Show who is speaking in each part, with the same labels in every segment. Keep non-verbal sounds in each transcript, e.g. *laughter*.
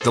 Speaker 1: The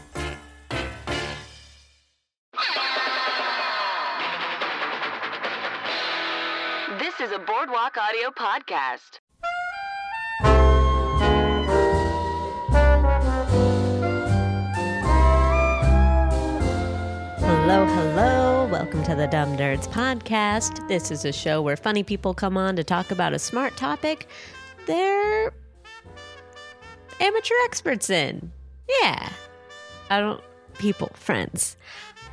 Speaker 2: This is a Boardwalk Audio podcast.
Speaker 3: Hello, hello. Welcome to the Dumb Nerds Podcast. This is a show where funny people come on to talk about a smart topic they're amateur experts in. Yeah. I don't, people, friends.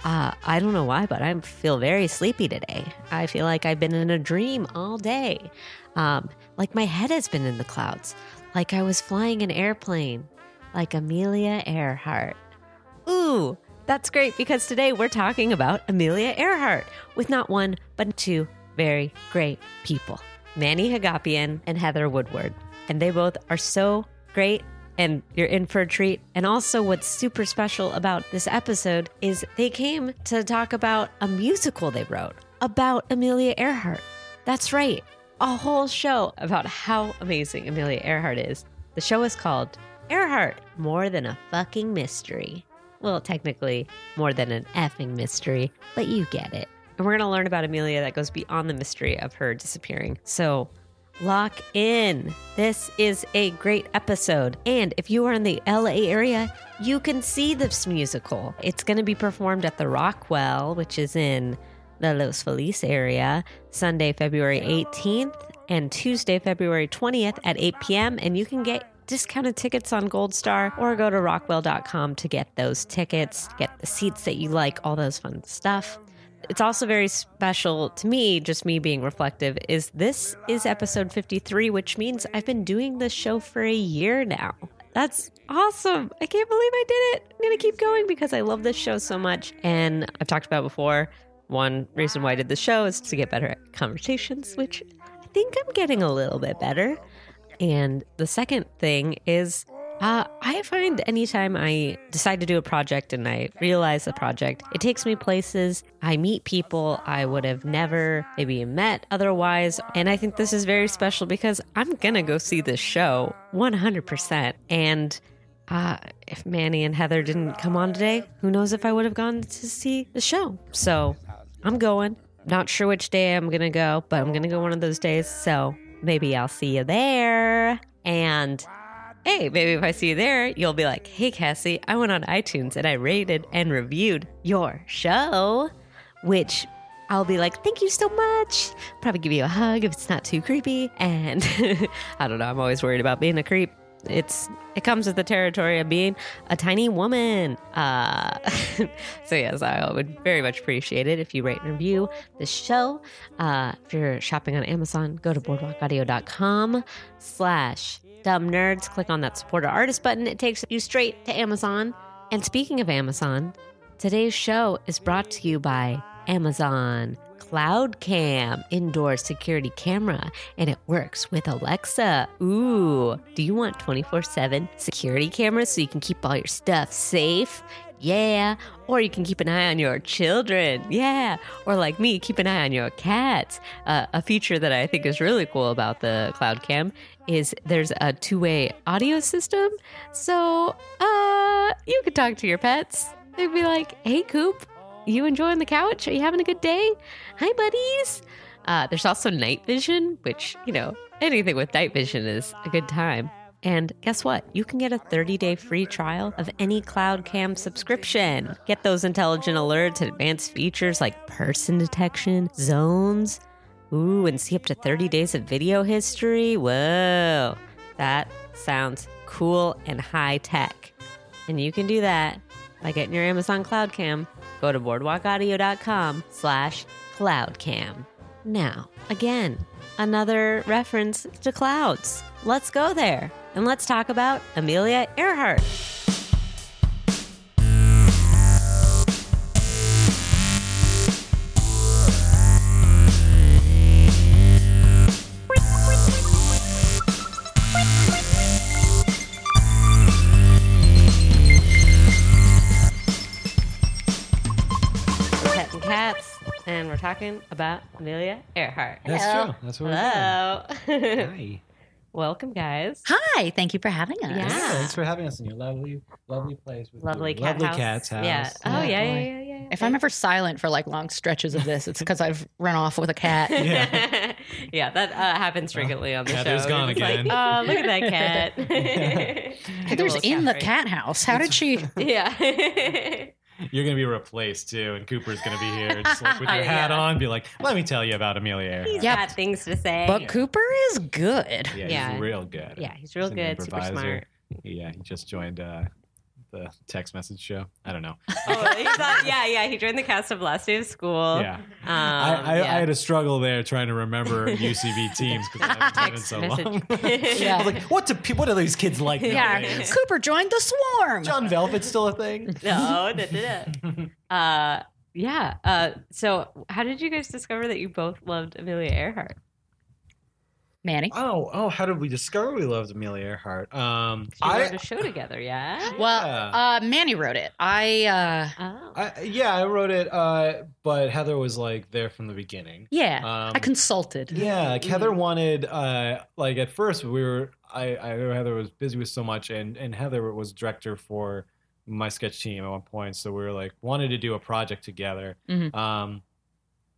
Speaker 3: Uh, I don't know why, but I feel very sleepy today. I feel like I've been in a dream all day. Um, like my head has been in the clouds. Like I was flying an airplane. Like Amelia Earhart. Ooh, that's great because today we're talking about Amelia Earhart with not one, but two very great people Manny Hagapian and Heather Woodward. And they both are so great, and you're in for a treat. And also, what's super special about this episode is they came to talk about a musical they wrote about Amelia Earhart. That's right, a whole show about how amazing Amelia Earhart is. The show is called Earhart More Than a Fucking Mystery. Well, technically, more than an effing mystery, but you get it. And we're going to learn about Amelia that goes beyond the mystery of her disappearing. So, lock in. This is a great episode. And if you are in the LA area, you can see this musical. It's going to be performed at the Rockwell, which is in the Los Feliz area, Sunday, February 18th and Tuesday, February 20th at 8 p.m. And you can get discounted tickets on Gold Star or go to rockwell.com to get those tickets, get the seats that you like, all those fun stuff. It's also very special to me, just me being reflective, is this is episode 53, which means I've been doing this show for a year now. That's awesome. I can't believe I did it. I'm going to keep going because I love this show so much. And I've talked about before, one reason why I did the show is to get better at conversations, which I think I'm getting a little bit better. And the second thing is, uh, I find anytime I decide to do a project and I realize the project, it takes me places. I meet people I would have never maybe met otherwise. And I think this is very special because I'm going to go see this show 100%. And uh, if Manny and Heather didn't come on today, who knows if I would have gone to see the show. So I'm going. Not sure which day I'm going to go, but I'm going to go one of those days. So maybe I'll see you there. And hey, maybe if I see you there, you'll be like, hey, Cassie, I went on iTunes and I rated and reviewed your show, which I'll be like, thank you so much. Probably give you a hug if it's not too creepy. And *laughs* I don't know, I'm always worried about being a creep. It's it comes with the territory of being a tiny woman. Uh, *laughs* so yes, I would very much appreciate it if you rate and review the show. Uh, if you're shopping on Amazon, go to boardwalkaudio.com slash dumb nerds. Click on that support our artist button. It takes you straight to Amazon. And speaking of Amazon, Today's show is brought to you by Amazon CloudCam indoor security camera, and it works with Alexa. Ooh, do you want 24 7 security cameras so you can keep all your stuff safe? Yeah. Or you can keep an eye on your children. Yeah. Or like me, keep an eye on your cats. Uh, a feature that I think is really cool about the CloudCam is there's a two way audio system. So uh, you can talk to your pets. They'd be like, hey, Coop, you enjoying the couch? Are you having a good day? Hi, buddies. Uh, there's also night vision, which, you know, anything with night vision is a good time. And guess what? You can get a 30 day free trial of any Cloud Cam subscription. Get those intelligent alerts and advanced features like person detection, zones. Ooh, and see up to 30 days of video history. Whoa, that sounds cool and high tech. And you can do that by getting your Amazon Cloud Cam. Go to boardwalkaudio.com slash cloudcam. Now, again, another reference to clouds. Let's go there and let's talk about Amelia Earhart. hats, and we're talking about Amelia Earhart.
Speaker 4: That's
Speaker 3: Hello.
Speaker 4: true. That's what
Speaker 3: Hello.
Speaker 4: we're doing. Hi.
Speaker 3: *laughs* Welcome, guys.
Speaker 5: Hi, thank you for having us.
Speaker 3: Yeah.
Speaker 4: Thanks for having us in your lovely, lovely place. With
Speaker 3: Lovely
Speaker 4: your
Speaker 3: cat
Speaker 4: lovely
Speaker 3: house.
Speaker 4: cat's house.
Speaker 3: Yeah. *laughs* Oh, yeah,
Speaker 5: Yeah,
Speaker 3: yeah,
Speaker 5: boy.
Speaker 3: yeah, yeah.
Speaker 5: If I'm ever silent for like long stretches of this, it's because I've run off with a cat.
Speaker 3: *laughs* yeah. that uh, happens frequently on the show.
Speaker 4: Heather's gone
Speaker 3: It's like,
Speaker 4: again.
Speaker 3: oh, look at *laughs* that cat.
Speaker 5: Heather's
Speaker 3: Little
Speaker 5: in the
Speaker 3: Jeffrey.
Speaker 5: cat house. How did she?
Speaker 3: Yeah.
Speaker 4: You're gonna be replaced too, and Cooper's gonna be here, just like
Speaker 3: *laughs*
Speaker 4: with your hat
Speaker 3: Oh, Yeah.
Speaker 4: on, be like, "Let me tell you about Amelia
Speaker 3: *laughs* He's
Speaker 4: Earhart."
Speaker 5: Yeah.
Speaker 3: got things to say.
Speaker 5: But Cooper
Speaker 4: *laughs*
Speaker 5: is good.
Speaker 4: Yeah,
Speaker 3: Yeah.
Speaker 4: he's real good.
Speaker 3: yeah, he's real
Speaker 4: an
Speaker 3: good, super
Speaker 4: improviser.
Speaker 3: smart.
Speaker 4: Yeah, he just joined uh, the text message show. I don't know.
Speaker 3: oh, he's on, yeah, yeah. He joined the cast of Last Day of School.
Speaker 4: yeah.
Speaker 3: Um,
Speaker 4: I, I,
Speaker 3: yeah.
Speaker 4: I had a struggle there trying to remember
Speaker 3: *laughs*
Speaker 4: UCB teams because I haven't done it in
Speaker 3: Text
Speaker 4: so
Speaker 3: message.
Speaker 4: long.
Speaker 3: Yeah.
Speaker 4: *laughs* I was like, what do pe- what are these kids like?
Speaker 5: Yeah.
Speaker 4: nowadays?
Speaker 5: Cooper joined the swarm.
Speaker 4: John Velvet's still a
Speaker 3: *laughs*
Speaker 4: thing.
Speaker 3: *laughs* no, da, da, da. Uh, yeah. Uh, so, how did you guys discover that you both loved Amelia Earhart?
Speaker 5: Manny.
Speaker 4: Oh, oh, how did we discover we loved Amelia Earhart? Um,
Speaker 3: She wrote
Speaker 4: I,
Speaker 3: a show together, yeah.
Speaker 5: Well,
Speaker 4: Yeah.
Speaker 5: uh, Manny wrote it. I uh,
Speaker 3: Oh.
Speaker 4: I, yeah, I wrote it, uh, but Heather was like there from the beginning.
Speaker 5: yeah,
Speaker 4: Um,
Speaker 5: I consulted.
Speaker 4: Yeah, like Heather wanted uh like at first we were I I know Heather was busy with so much and and Heather was director for my sketch team at one point so we were like wanted to do a project together.
Speaker 3: Mm-hmm.
Speaker 5: Mhm.
Speaker 4: Um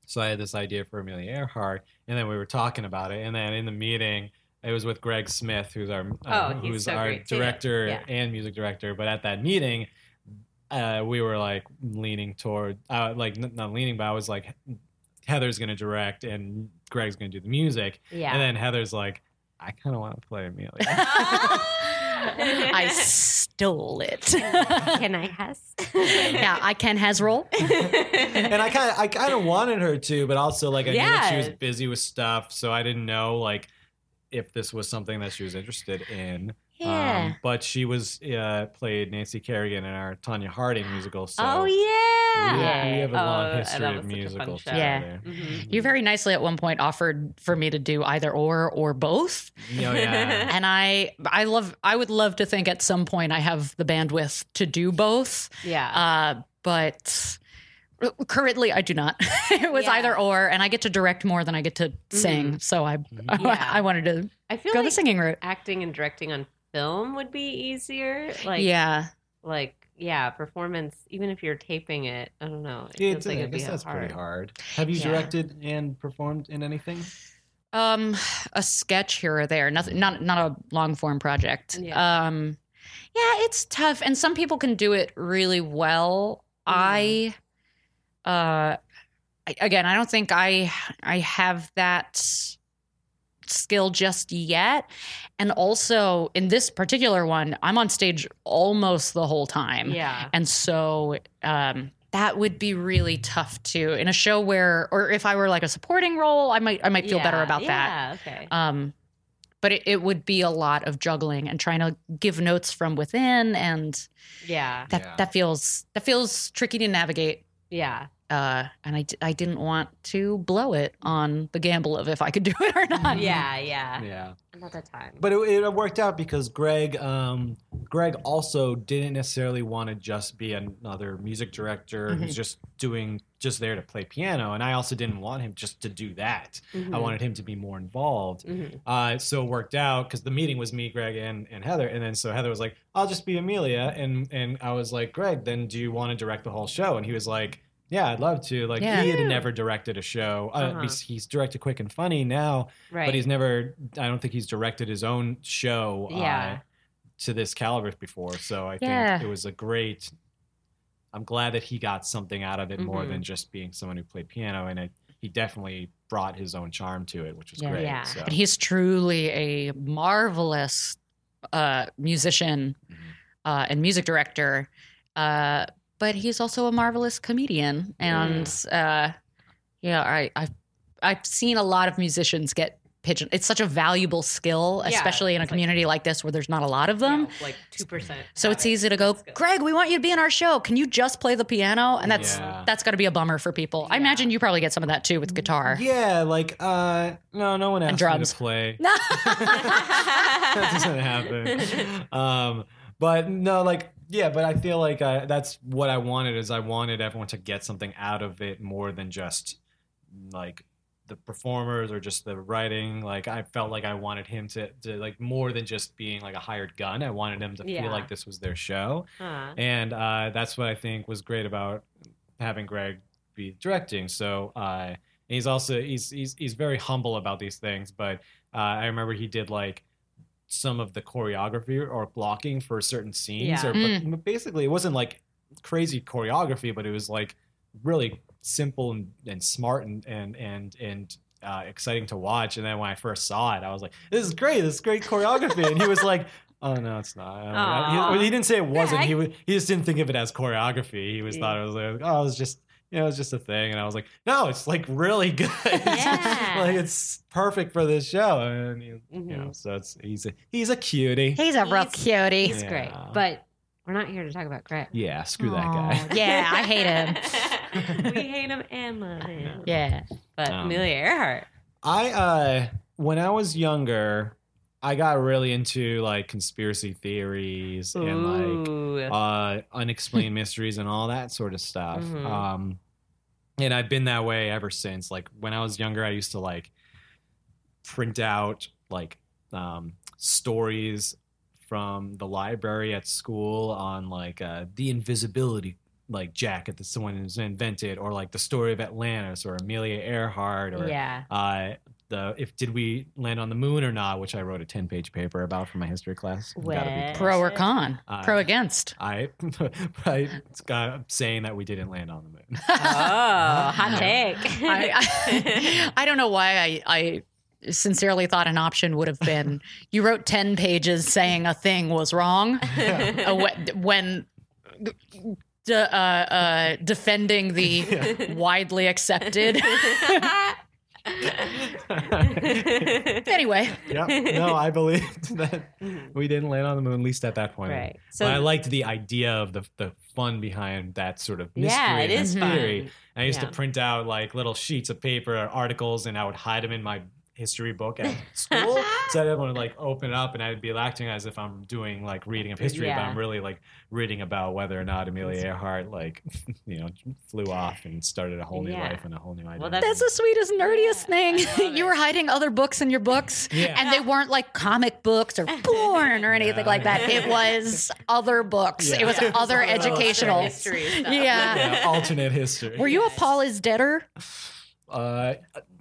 Speaker 4: so I had this idea for Amelia Earhart and then we were talking about it and then in the meeting it was with Greg Smith who's our uh,
Speaker 3: Oh, he's
Speaker 4: who's
Speaker 3: so
Speaker 4: our
Speaker 3: great too.
Speaker 4: director
Speaker 3: Yeah.
Speaker 4: and music director but at that meeting uh, we were like leaning toward uh, like n- not leaning but I was like Heather's gonna direct and Greg's gonna do the music.
Speaker 3: yeah.
Speaker 4: And then Heather's like, I kind of want to
Speaker 3: *laughs*
Speaker 4: play Amelia.
Speaker 5: *laughs* I stole it.
Speaker 3: Can I *laughs* has?
Speaker 5: yeah, I can has roll.
Speaker 4: and I kind of, I kind of wanted her to, but also like I knew that she was
Speaker 3: Yeah.
Speaker 4: busy with stuff, so I didn't know like if this was something that she was interested in. Um,
Speaker 5: Yeah.
Speaker 4: but she was uh, played Nancy Kerrigan in our Tanya Harding musical. So
Speaker 3: oh
Speaker 4: we,
Speaker 3: yeah.
Speaker 4: we have a
Speaker 3: Oh,
Speaker 4: long
Speaker 3: that
Speaker 4: history
Speaker 3: was
Speaker 4: of
Speaker 3: such a fun
Speaker 4: musicals.
Speaker 3: show.
Speaker 4: together.
Speaker 5: Yeah.
Speaker 3: Mhm.
Speaker 5: You very nicely at one point offered for me to do either or or both.
Speaker 3: *laughs*
Speaker 4: Oh, yeah.
Speaker 5: And I I love I would love to think at some point I have the bandwidth to do both.
Speaker 3: Yeah.
Speaker 5: Uh but currently I do not. *laughs* it was
Speaker 3: Yeah. Mm-hmm.
Speaker 5: either or and I get to direct more than I get to sing. So I *laughs*
Speaker 4: Mhm.
Speaker 3: Yeah.
Speaker 5: I wanted to
Speaker 3: I feel
Speaker 5: go
Speaker 3: like
Speaker 5: the singing route.
Speaker 3: acting and directing on film would be easier. Like
Speaker 5: yeah.
Speaker 3: like yeah, performance. Even if you're taping it, I don't know. It
Speaker 4: Yeah,
Speaker 3: feels
Speaker 4: it's-
Speaker 3: like
Speaker 4: I
Speaker 3: it'd be
Speaker 4: guess that's
Speaker 3: hard.
Speaker 4: pretty hard. Have you
Speaker 5: Yeah.
Speaker 4: directed and performed in anything?
Speaker 5: Um, a sketch here or there. Nothing. Not not a long form project.
Speaker 3: Yeah.
Speaker 5: Um, yeah, it's tough, and some people can do it really well. I, uh, I, again, I don't think I I have that skill just yet. And also in this particular one, I'm on stage almost the whole time.
Speaker 3: Yeah.
Speaker 5: And so um, that would be really tough too in a show where, or if I were like a supporting role, I might *laughs* I might feel better
Speaker 3: Yeah,
Speaker 5: about that.
Speaker 3: Yeah. Okay.
Speaker 5: Um, but it, it would be a lot of juggling and trying to give notes from within, and
Speaker 3: yeah.
Speaker 5: that
Speaker 4: Yeah.
Speaker 5: that feels that feels tricky to navigate.
Speaker 3: Yeah.
Speaker 5: Uh, and I, d- I didn't want to blow it on the gamble of if I could do it or not.
Speaker 3: Yeah. Yeah.
Speaker 4: Yeah.
Speaker 3: Another time.
Speaker 4: But it, it worked out because Greg, um, Greg also didn't necessarily want to just be another music director
Speaker 3: Mm-hmm.
Speaker 4: who's just doing just there to play piano, and I also didn't want him just to do that. I
Speaker 3: Mhm.
Speaker 4: wanted him to be more involved.
Speaker 3: Mhm.
Speaker 4: Uh, so it worked out because the meeting was me, Greg, and, and Heather, and then so Heather was like, "I'll just be Amelia," and and I was like, "Greg, then do you want to direct the whole show?" And he was like. Yeah, I'd love to. Like,
Speaker 5: Yeah.
Speaker 4: he had never directed a show. Uh,
Speaker 3: Uh-huh.
Speaker 4: he's, he's directed Quick and Funny now,
Speaker 3: Right.
Speaker 4: but he's never i don't think he's directed his own show
Speaker 3: Yeah.
Speaker 4: uh, to this caliber before so i
Speaker 5: Yeah.
Speaker 4: think it was a great i'm glad that he got something out of it more
Speaker 3: Mhm.
Speaker 4: than just being someone who played piano and it, he definitely brought his own charm to it which was
Speaker 5: Yeah.
Speaker 4: great
Speaker 3: Yeah.
Speaker 4: so
Speaker 5: But he's truly a marvelous uh, musician
Speaker 4: Mhm.
Speaker 3: Mm-hmm.
Speaker 5: uh, and music director. Uh, but he's also a marvelous comedian, and uh, yeah, I, I've I've seen a lot of musicians get pigeon. It's such a valuable skill,
Speaker 3: Yeah,
Speaker 5: especially in a
Speaker 3: it's like-
Speaker 5: community like this where there's not a lot of
Speaker 3: Yeah,
Speaker 5: them.
Speaker 3: like two percent.
Speaker 5: um, So it's easy to go, Greg. We want you to be in our show. Can you just play the piano? And that's
Speaker 4: Yeah.
Speaker 5: that's got to be a bummer for people. I
Speaker 3: Yeah.
Speaker 5: imagine you probably get some of that too with guitar.
Speaker 4: yeah like uh no no one asked
Speaker 5: drums.
Speaker 4: me to
Speaker 5: *laughs*
Speaker 4: play
Speaker 5: No.
Speaker 3: *laughs*
Speaker 4: that doesn't happen. Um, but no, like Yeah, but I feel like I, that's what I wanted is I wanted everyone to get something out of it more than just like the performers or just the writing. Like I felt like I wanted him to, to like more than just being like a hired gun. I wanted him to
Speaker 3: Yeah.
Speaker 4: feel like this was their show,
Speaker 3: Huh.
Speaker 4: and uh, that's what I think was great about having Greg be directing. So uh, he's also he's, he's he's very humble about these things, but uh, I remember he did like some of the choreography or blocking for certain scenes,
Speaker 3: Yeah.
Speaker 4: or but basically it wasn't like crazy choreography, but it was like really simple and, and smart and and and and. Uh, exciting to watch, and then when I first saw it, I was like, "This is great! This is great choreography." and he was like, "Oh no, it's not." I-
Speaker 3: Aw.
Speaker 4: he- he didn't say it wasn't.
Speaker 3: Greg.
Speaker 4: He was, he just didn't think of it as choreography. He was
Speaker 3: Yeah.
Speaker 4: thought it was like, oh, it was just you know, it was just a thing. And I was like, no, it's like really good. *laughs*
Speaker 3: Yeah.
Speaker 4: like it's perfect for this show. And you, you know,
Speaker 3: Mhm.
Speaker 4: so it's he's a he's a cutie.
Speaker 5: He's a real
Speaker 3: He's-
Speaker 5: cutie.
Speaker 3: He's great,
Speaker 4: Yeah.
Speaker 3: but we're not here to talk about Greg.
Speaker 4: yeah, screw that
Speaker 5: Aw,
Speaker 4: guy.
Speaker 5: yeah, I hate him.
Speaker 4: *laughs*
Speaker 3: him. *laughs* we hate him and love him.
Speaker 5: Yeah.
Speaker 3: But
Speaker 4: Um,
Speaker 3: Amelia Earhart.
Speaker 4: I uh when I was younger, I got really into like conspiracy theories and like
Speaker 3: Ooh.
Speaker 4: uh, unexplained mysteries and all that sort of stuff.
Speaker 3: Mhm.
Speaker 4: Um, and I've been that way ever since. Like when I was younger, I used to like print out like um, stories from the library at school on like uh, the invisibility like jacket that someone has invented, or like the story of Atlantis, or Amelia Earhart, or
Speaker 3: yeah.
Speaker 4: uh, the if did we land on the moon or not, which I wrote a ten page paper about for my history class. Gotta be
Speaker 3: Well.
Speaker 5: Pro or con?
Speaker 4: Uh, *laughs*
Speaker 5: Pro against?
Speaker 4: I, I am saying that we didn't land on the moon.
Speaker 3: Oh, hot
Speaker 4: *laughs*
Speaker 3: take.
Speaker 5: I, I, *laughs* I don't know why I, I sincerely thought an option would have been you wrote 10 pages saying a thing was wrong
Speaker 4: *laughs*
Speaker 5: uh, wh- when d- uh, uh, defending
Speaker 4: *laughs*
Speaker 5: the widely accepted. *laughs*
Speaker 3: *laughs*
Speaker 5: anyway,
Speaker 4: yep. No, I believed *laughs* that we didn't land on the moon, at least at that point.
Speaker 3: right.
Speaker 4: So
Speaker 3: So
Speaker 4: but I liked the idea of the the fun behind that sort of mystery.
Speaker 3: yeah, it
Speaker 4: and
Speaker 3: is
Speaker 5: and
Speaker 4: theory.
Speaker 3: fun.
Speaker 4: I used
Speaker 3: Yeah.
Speaker 4: to print out like little sheets of paper, articles, and I would hide them in my history book at school. so everyone would like open it up, and I'd be acting as if I'm doing like reading of history, but
Speaker 3: Yeah.
Speaker 4: I'm really like reading about whether or not Amelia Earhart like *laughs* you know flew off and started a whole new
Speaker 3: Yeah.
Speaker 4: life and a whole new idea.
Speaker 5: that's the sweetest,
Speaker 3: Yeah,
Speaker 5: nerdiest
Speaker 3: I
Speaker 5: thing. *laughs*
Speaker 3: love
Speaker 5: you
Speaker 3: it.
Speaker 5: were hiding other books in your books.
Speaker 4: yeah.
Speaker 5: And they weren't like comic books or porn or anything
Speaker 4: Yeah.
Speaker 5: like that. It was other books. It was
Speaker 4: Yeah.
Speaker 5: other
Speaker 4: Yeah.
Speaker 5: educational.
Speaker 3: History stuff.
Speaker 5: Yeah.
Speaker 4: yeah, *laughs* alternate history.
Speaker 5: Were you a Paul is Deader?
Speaker 4: Uh,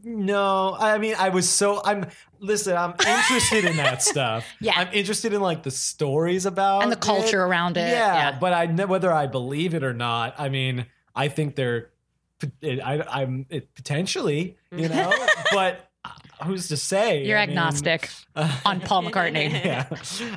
Speaker 4: no, I mean, I was so I'm. Listen, I'm interested in that stuff.
Speaker 5: Yeah.
Speaker 4: I'm interested in like the stories about
Speaker 5: and the
Speaker 4: it.
Speaker 5: culture around it.
Speaker 4: Oh, Yeah, but I know whether I believe it or not. I mean, I think they're. It, I, I'm it, potentially, you know, but uh, who's to say?
Speaker 5: You're
Speaker 4: I mean, *laughs*
Speaker 5: agnostic on Paul McCartney.
Speaker 4: yeah,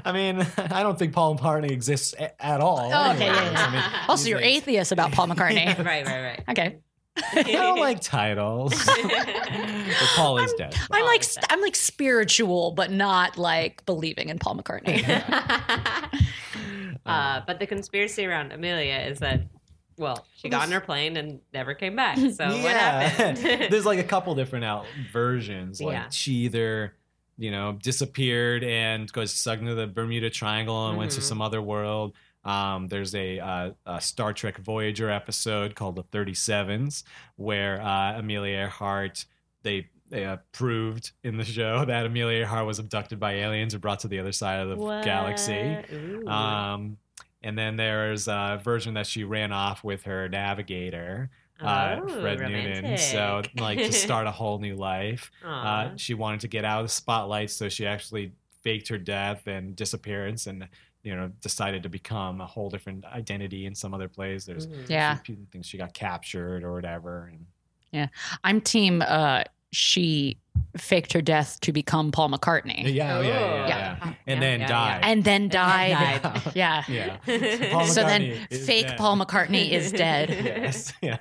Speaker 4: I mean, I don't think Paul McCartney exists a- at all.
Speaker 5: Oh, okay, yeah,
Speaker 4: anyways.
Speaker 5: yeah.
Speaker 4: I mean,
Speaker 5: Also, you're
Speaker 4: these
Speaker 5: atheist about
Speaker 4: *laughs*
Speaker 5: Paul McCartney. *laughs*
Speaker 3: right, right,
Speaker 5: okay.
Speaker 3: *laughs*
Speaker 4: things- I don't like
Speaker 5: *laughs*
Speaker 4: titles.
Speaker 3: right.
Speaker 4: But Paul is dead.
Speaker 5: I'm like st- I'm like spiritual, but not like believing in
Speaker 4: *laughs*
Speaker 5: Paul McCartney.
Speaker 4: um,
Speaker 3: uh, but the conspiracy around Amelia is that, well, she got on her plane and never came back. So what
Speaker 4: *laughs*
Speaker 3: happened?
Speaker 4: There's
Speaker 3: *laughs*
Speaker 4: like a couple different out versions. Like
Speaker 3: Yeah.
Speaker 4: she either, you know, disappeared and goes sunk into the Bermuda Triangle and went to
Speaker 3: Mhm.
Speaker 4: some other world. Um, there's a, uh, a Star Trek Voyager episode called the 37s where uh, Amelia Earhart they they uh, proved in the show *laughs* that Amelia Earhart was abducted by aliens and brought to the other side of the galaxy.
Speaker 3: What? Ooh.
Speaker 4: Um, and then there's a version that she ran off with her navigator, uh,
Speaker 3: Oh,
Speaker 4: Fred Noonan. So,
Speaker 3: romantic. *laughs*
Speaker 4: like, to start a whole new life. Uh,
Speaker 3: Aw.
Speaker 4: she wanted to get out of the spotlight, so she actually faked her death and disappearance and, you know, decided to become a whole different identity in some other place. There's
Speaker 3: Mhm. *laughs*
Speaker 5: yeah,
Speaker 4: people think she got captured or whatever. And
Speaker 5: I'm team. Uh, she faked her death to become Paul
Speaker 4: yeah,
Speaker 5: McCartney,
Speaker 4: yeah, yeah, yeah,
Speaker 3: Oh.
Speaker 4: yeah.
Speaker 3: Yeah. Yeah,
Speaker 4: And then
Speaker 3: yeah,
Speaker 4: died.
Speaker 5: and
Speaker 4: *laughs*
Speaker 5: then died.
Speaker 3: died.
Speaker 5: yeah.
Speaker 4: Yeah. Paul
Speaker 5: So then,
Speaker 4: McCartney is
Speaker 5: fake
Speaker 4: dead.
Speaker 5: Paul McCartney is *laughs* dead.
Speaker 4: Yes.
Speaker 3: *laughs*
Speaker 4: Yeah.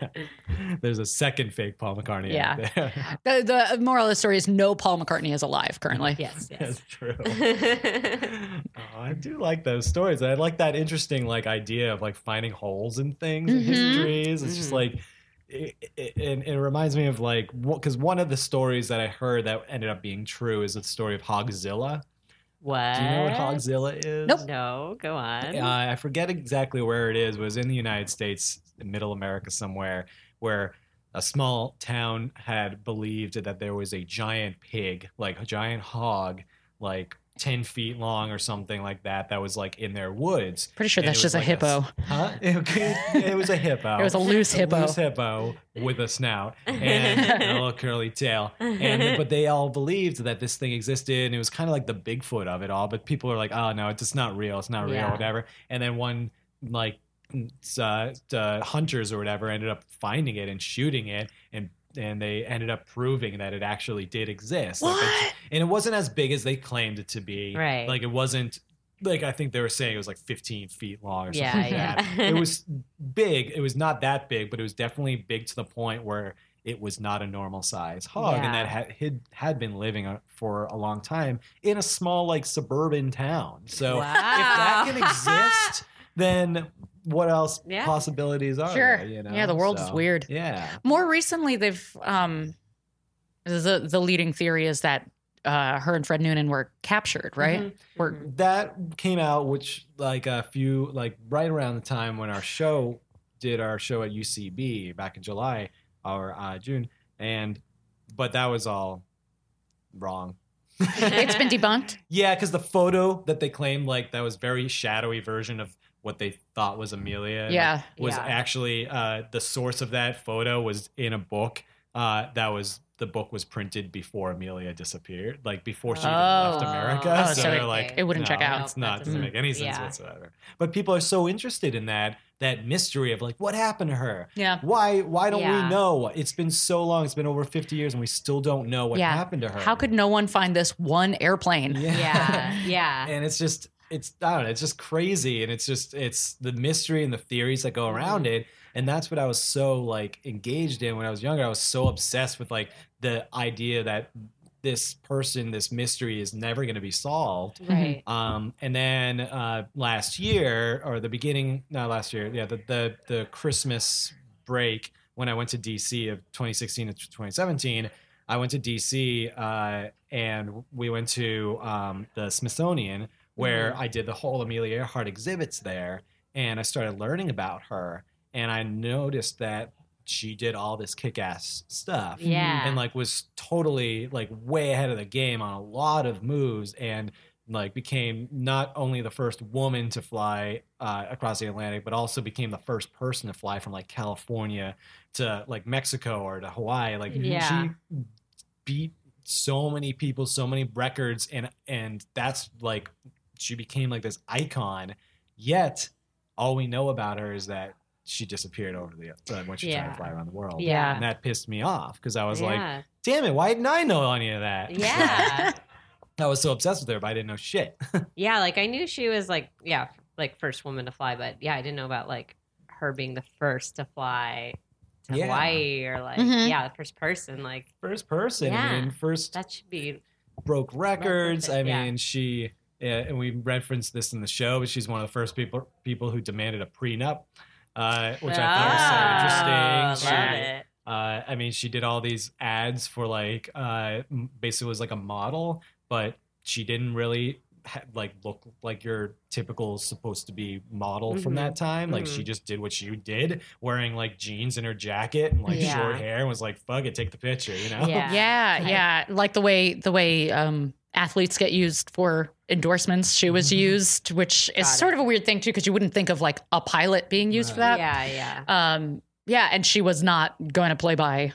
Speaker 4: There's a second fake Paul McCartney out there. *laughs*
Speaker 5: The, the moral of the story is no Paul McCartney is alive currently.
Speaker 4: *laughs*
Speaker 3: Yes,
Speaker 4: That's
Speaker 3: yes.
Speaker 4: true. *laughs* oh, I do like those stories. I like that interesting like idea of like finding holes in things
Speaker 5: Mhm.
Speaker 4: and histories. It's just
Speaker 3: Mhm.
Speaker 4: like it, it, and it reminds me of like because one of the stories that I heard that ended up being true is the story of Hogzilla,
Speaker 3: What?
Speaker 4: Do you know what Hogzilla is?
Speaker 5: Nope.
Speaker 3: No, go on.
Speaker 4: Uh, I forget exactly where it is. It was in the United States, in middle America somewhere, where a small town had believed that there was a giant pig, like a giant hog, like 10 feet long or something like that, that was like in their woods.
Speaker 5: Pretty sure
Speaker 4: And
Speaker 5: that's
Speaker 4: it was
Speaker 5: just a
Speaker 4: like
Speaker 5: hippo.
Speaker 4: Huh? *laughs* it was a hippo.
Speaker 5: It was a loose hippo.
Speaker 4: Loose hippo with a snout
Speaker 3: *laughs*
Speaker 4: and a little curly tail. And but they all believed that this thing existed and it was kind of like the Bigfoot of it all. But people were like, "Oh no, it's just not real. It's not real,
Speaker 3: Yeah.
Speaker 4: whatever." And then one like uh, uh, hunters or whatever ended up finding it and shooting it and. And they ended up proving that it actually did exist, Like,
Speaker 5: What?
Speaker 4: and it wasn't as big as they claimed it to be.
Speaker 3: Right.
Speaker 4: like it wasn't like I think they were saying it was like 15 feet long or something
Speaker 3: Yeah,
Speaker 4: like
Speaker 3: yeah.
Speaker 4: that.
Speaker 3: *laughs*
Speaker 5: *laughs*
Speaker 4: It was big. It was not that big, but it was definitely big to the point where it was not a normal size hog,
Speaker 3: Yeah.
Speaker 4: and that had had, had been living uh, for a long time in a small like suburban town. So if that can
Speaker 5: *laughs*
Speaker 4: exist, then what else
Speaker 3: Yeah.
Speaker 4: possibilities are
Speaker 5: Sure.
Speaker 4: there? You know?
Speaker 5: Yeah, the world is
Speaker 4: So,
Speaker 5: weird.
Speaker 4: Yeah.
Speaker 5: More recently, they've um, the the leading theory is that uh, her and Fred Noonan were captured, right? Were
Speaker 4: that came out which like a few like right around the time when our show did our show at UCB back in July or uh, June and but that was all wrong. *laughs*
Speaker 5: it's been debunked.
Speaker 4: Yeah, cuz the photo that they claimed like that was very shadowy version of what they thought was Amelia
Speaker 5: Yeah.
Speaker 4: was
Speaker 3: Yeah.
Speaker 4: actually uh, the source of that photo was in a book uh, that was the book was printed before Amelia disappeared, like before she even left
Speaker 5: Oh.
Speaker 4: America.
Speaker 5: Oh,
Speaker 4: so,
Speaker 5: so
Speaker 4: they're
Speaker 5: it-
Speaker 4: like,
Speaker 5: it wouldn't
Speaker 4: "No,
Speaker 5: check out."
Speaker 4: It's not
Speaker 3: That
Speaker 4: doesn't
Speaker 5: doesn't-
Speaker 4: make any sense
Speaker 3: yeah.
Speaker 4: whatsoever. But people are so interested in that that mystery of like what happened to her.
Speaker 5: Yeah.
Speaker 4: Why? Why don't
Speaker 3: Yeah.
Speaker 4: we know? It's been so long. It's been over fifty years, and we still don't know what
Speaker 5: Yeah.
Speaker 4: happened to her.
Speaker 5: How
Speaker 4: *laughs*
Speaker 5: could no one find this one airplane?
Speaker 3: yeah,
Speaker 4: *laughs*
Speaker 3: yeah.
Speaker 4: and it's just it's I don't know, it's just crazy and it's just it's the mystery and the theories that go around it and that's what I was so like engaged in when I was younger I was so obsessed with like the idea that this person this mystery is never going to be solved
Speaker 3: Right.
Speaker 4: um *laughs* and then uh last year or the beginning not last year yeah the the, the Christmas break when I went to DC of 2016 to 2017 I went to DC uh, and we went to um, the Smithsonian where I did the whole Amelia Earhart exhibits there and I started learning about her and I noticed that she did all this kick ass stuff
Speaker 3: Yeah.
Speaker 4: and like was totally like way ahead of the game on a lot of moves and like became not only the first woman to fly uh, across the Atlantic, but also became the first person to fly from like California to like Mexico or to Hawaii. Like
Speaker 3: Yeah.
Speaker 4: she beat so many people, so many records, and and that's like she became like this icon. Yet all we know about her is that she disappeared over the uh, when she tried
Speaker 3: Yeah.
Speaker 4: to fly around the world.
Speaker 3: Yeah.
Speaker 4: and that pissed me off because I was like,
Speaker 3: yeah.
Speaker 4: damn it, why didn't I know any of that? *laughs*
Speaker 3: yeah.
Speaker 4: I was so obsessed with her, but I didn't
Speaker 3: *laughs*
Speaker 4: know shit.
Speaker 3: Yeah, like I knew she was like yeah, like first woman to fly, but yeah, I didn't know about like her being the first to fly to
Speaker 4: Yeah.
Speaker 3: Hawaii or like
Speaker 5: Mhm.
Speaker 3: yeah, the first person. Like
Speaker 4: First person, I
Speaker 3: Yeah.
Speaker 4: mean, first
Speaker 3: that should be
Speaker 4: broke records. I
Speaker 3: Records, yeah.
Speaker 4: mean, she uh, and we referenced this in the show, but she's one of the first people people who demanded a prenup, uh, which I thought was so
Speaker 3: Oh,
Speaker 4: interesting.
Speaker 3: I Love
Speaker 4: She-
Speaker 3: it.
Speaker 4: Uh, I mean, she did all these ads for like uh, m- basically was like a model, but she didn't really ha- like look like your typical supposed to be model from
Speaker 3: Mhm.
Speaker 4: that time. Like she just did what you did, wearing like jeans and her jacket and like
Speaker 3: Yeah.
Speaker 4: short hair, and was like, "Fuck it, take the picture," you know.
Speaker 3: Yeah.
Speaker 5: yeah,
Speaker 3: I-
Speaker 5: yeah. Like the way the way um, athletes get used for endorsements, she was
Speaker 4: Mhm.
Speaker 5: used, which is
Speaker 3: Mm-hmm. Got it.
Speaker 5: sort of a weird thing too, because you wouldn't think of like a pilot being used for that.
Speaker 3: Yeah, yeah.
Speaker 5: Um, yeah, and she was not going to play by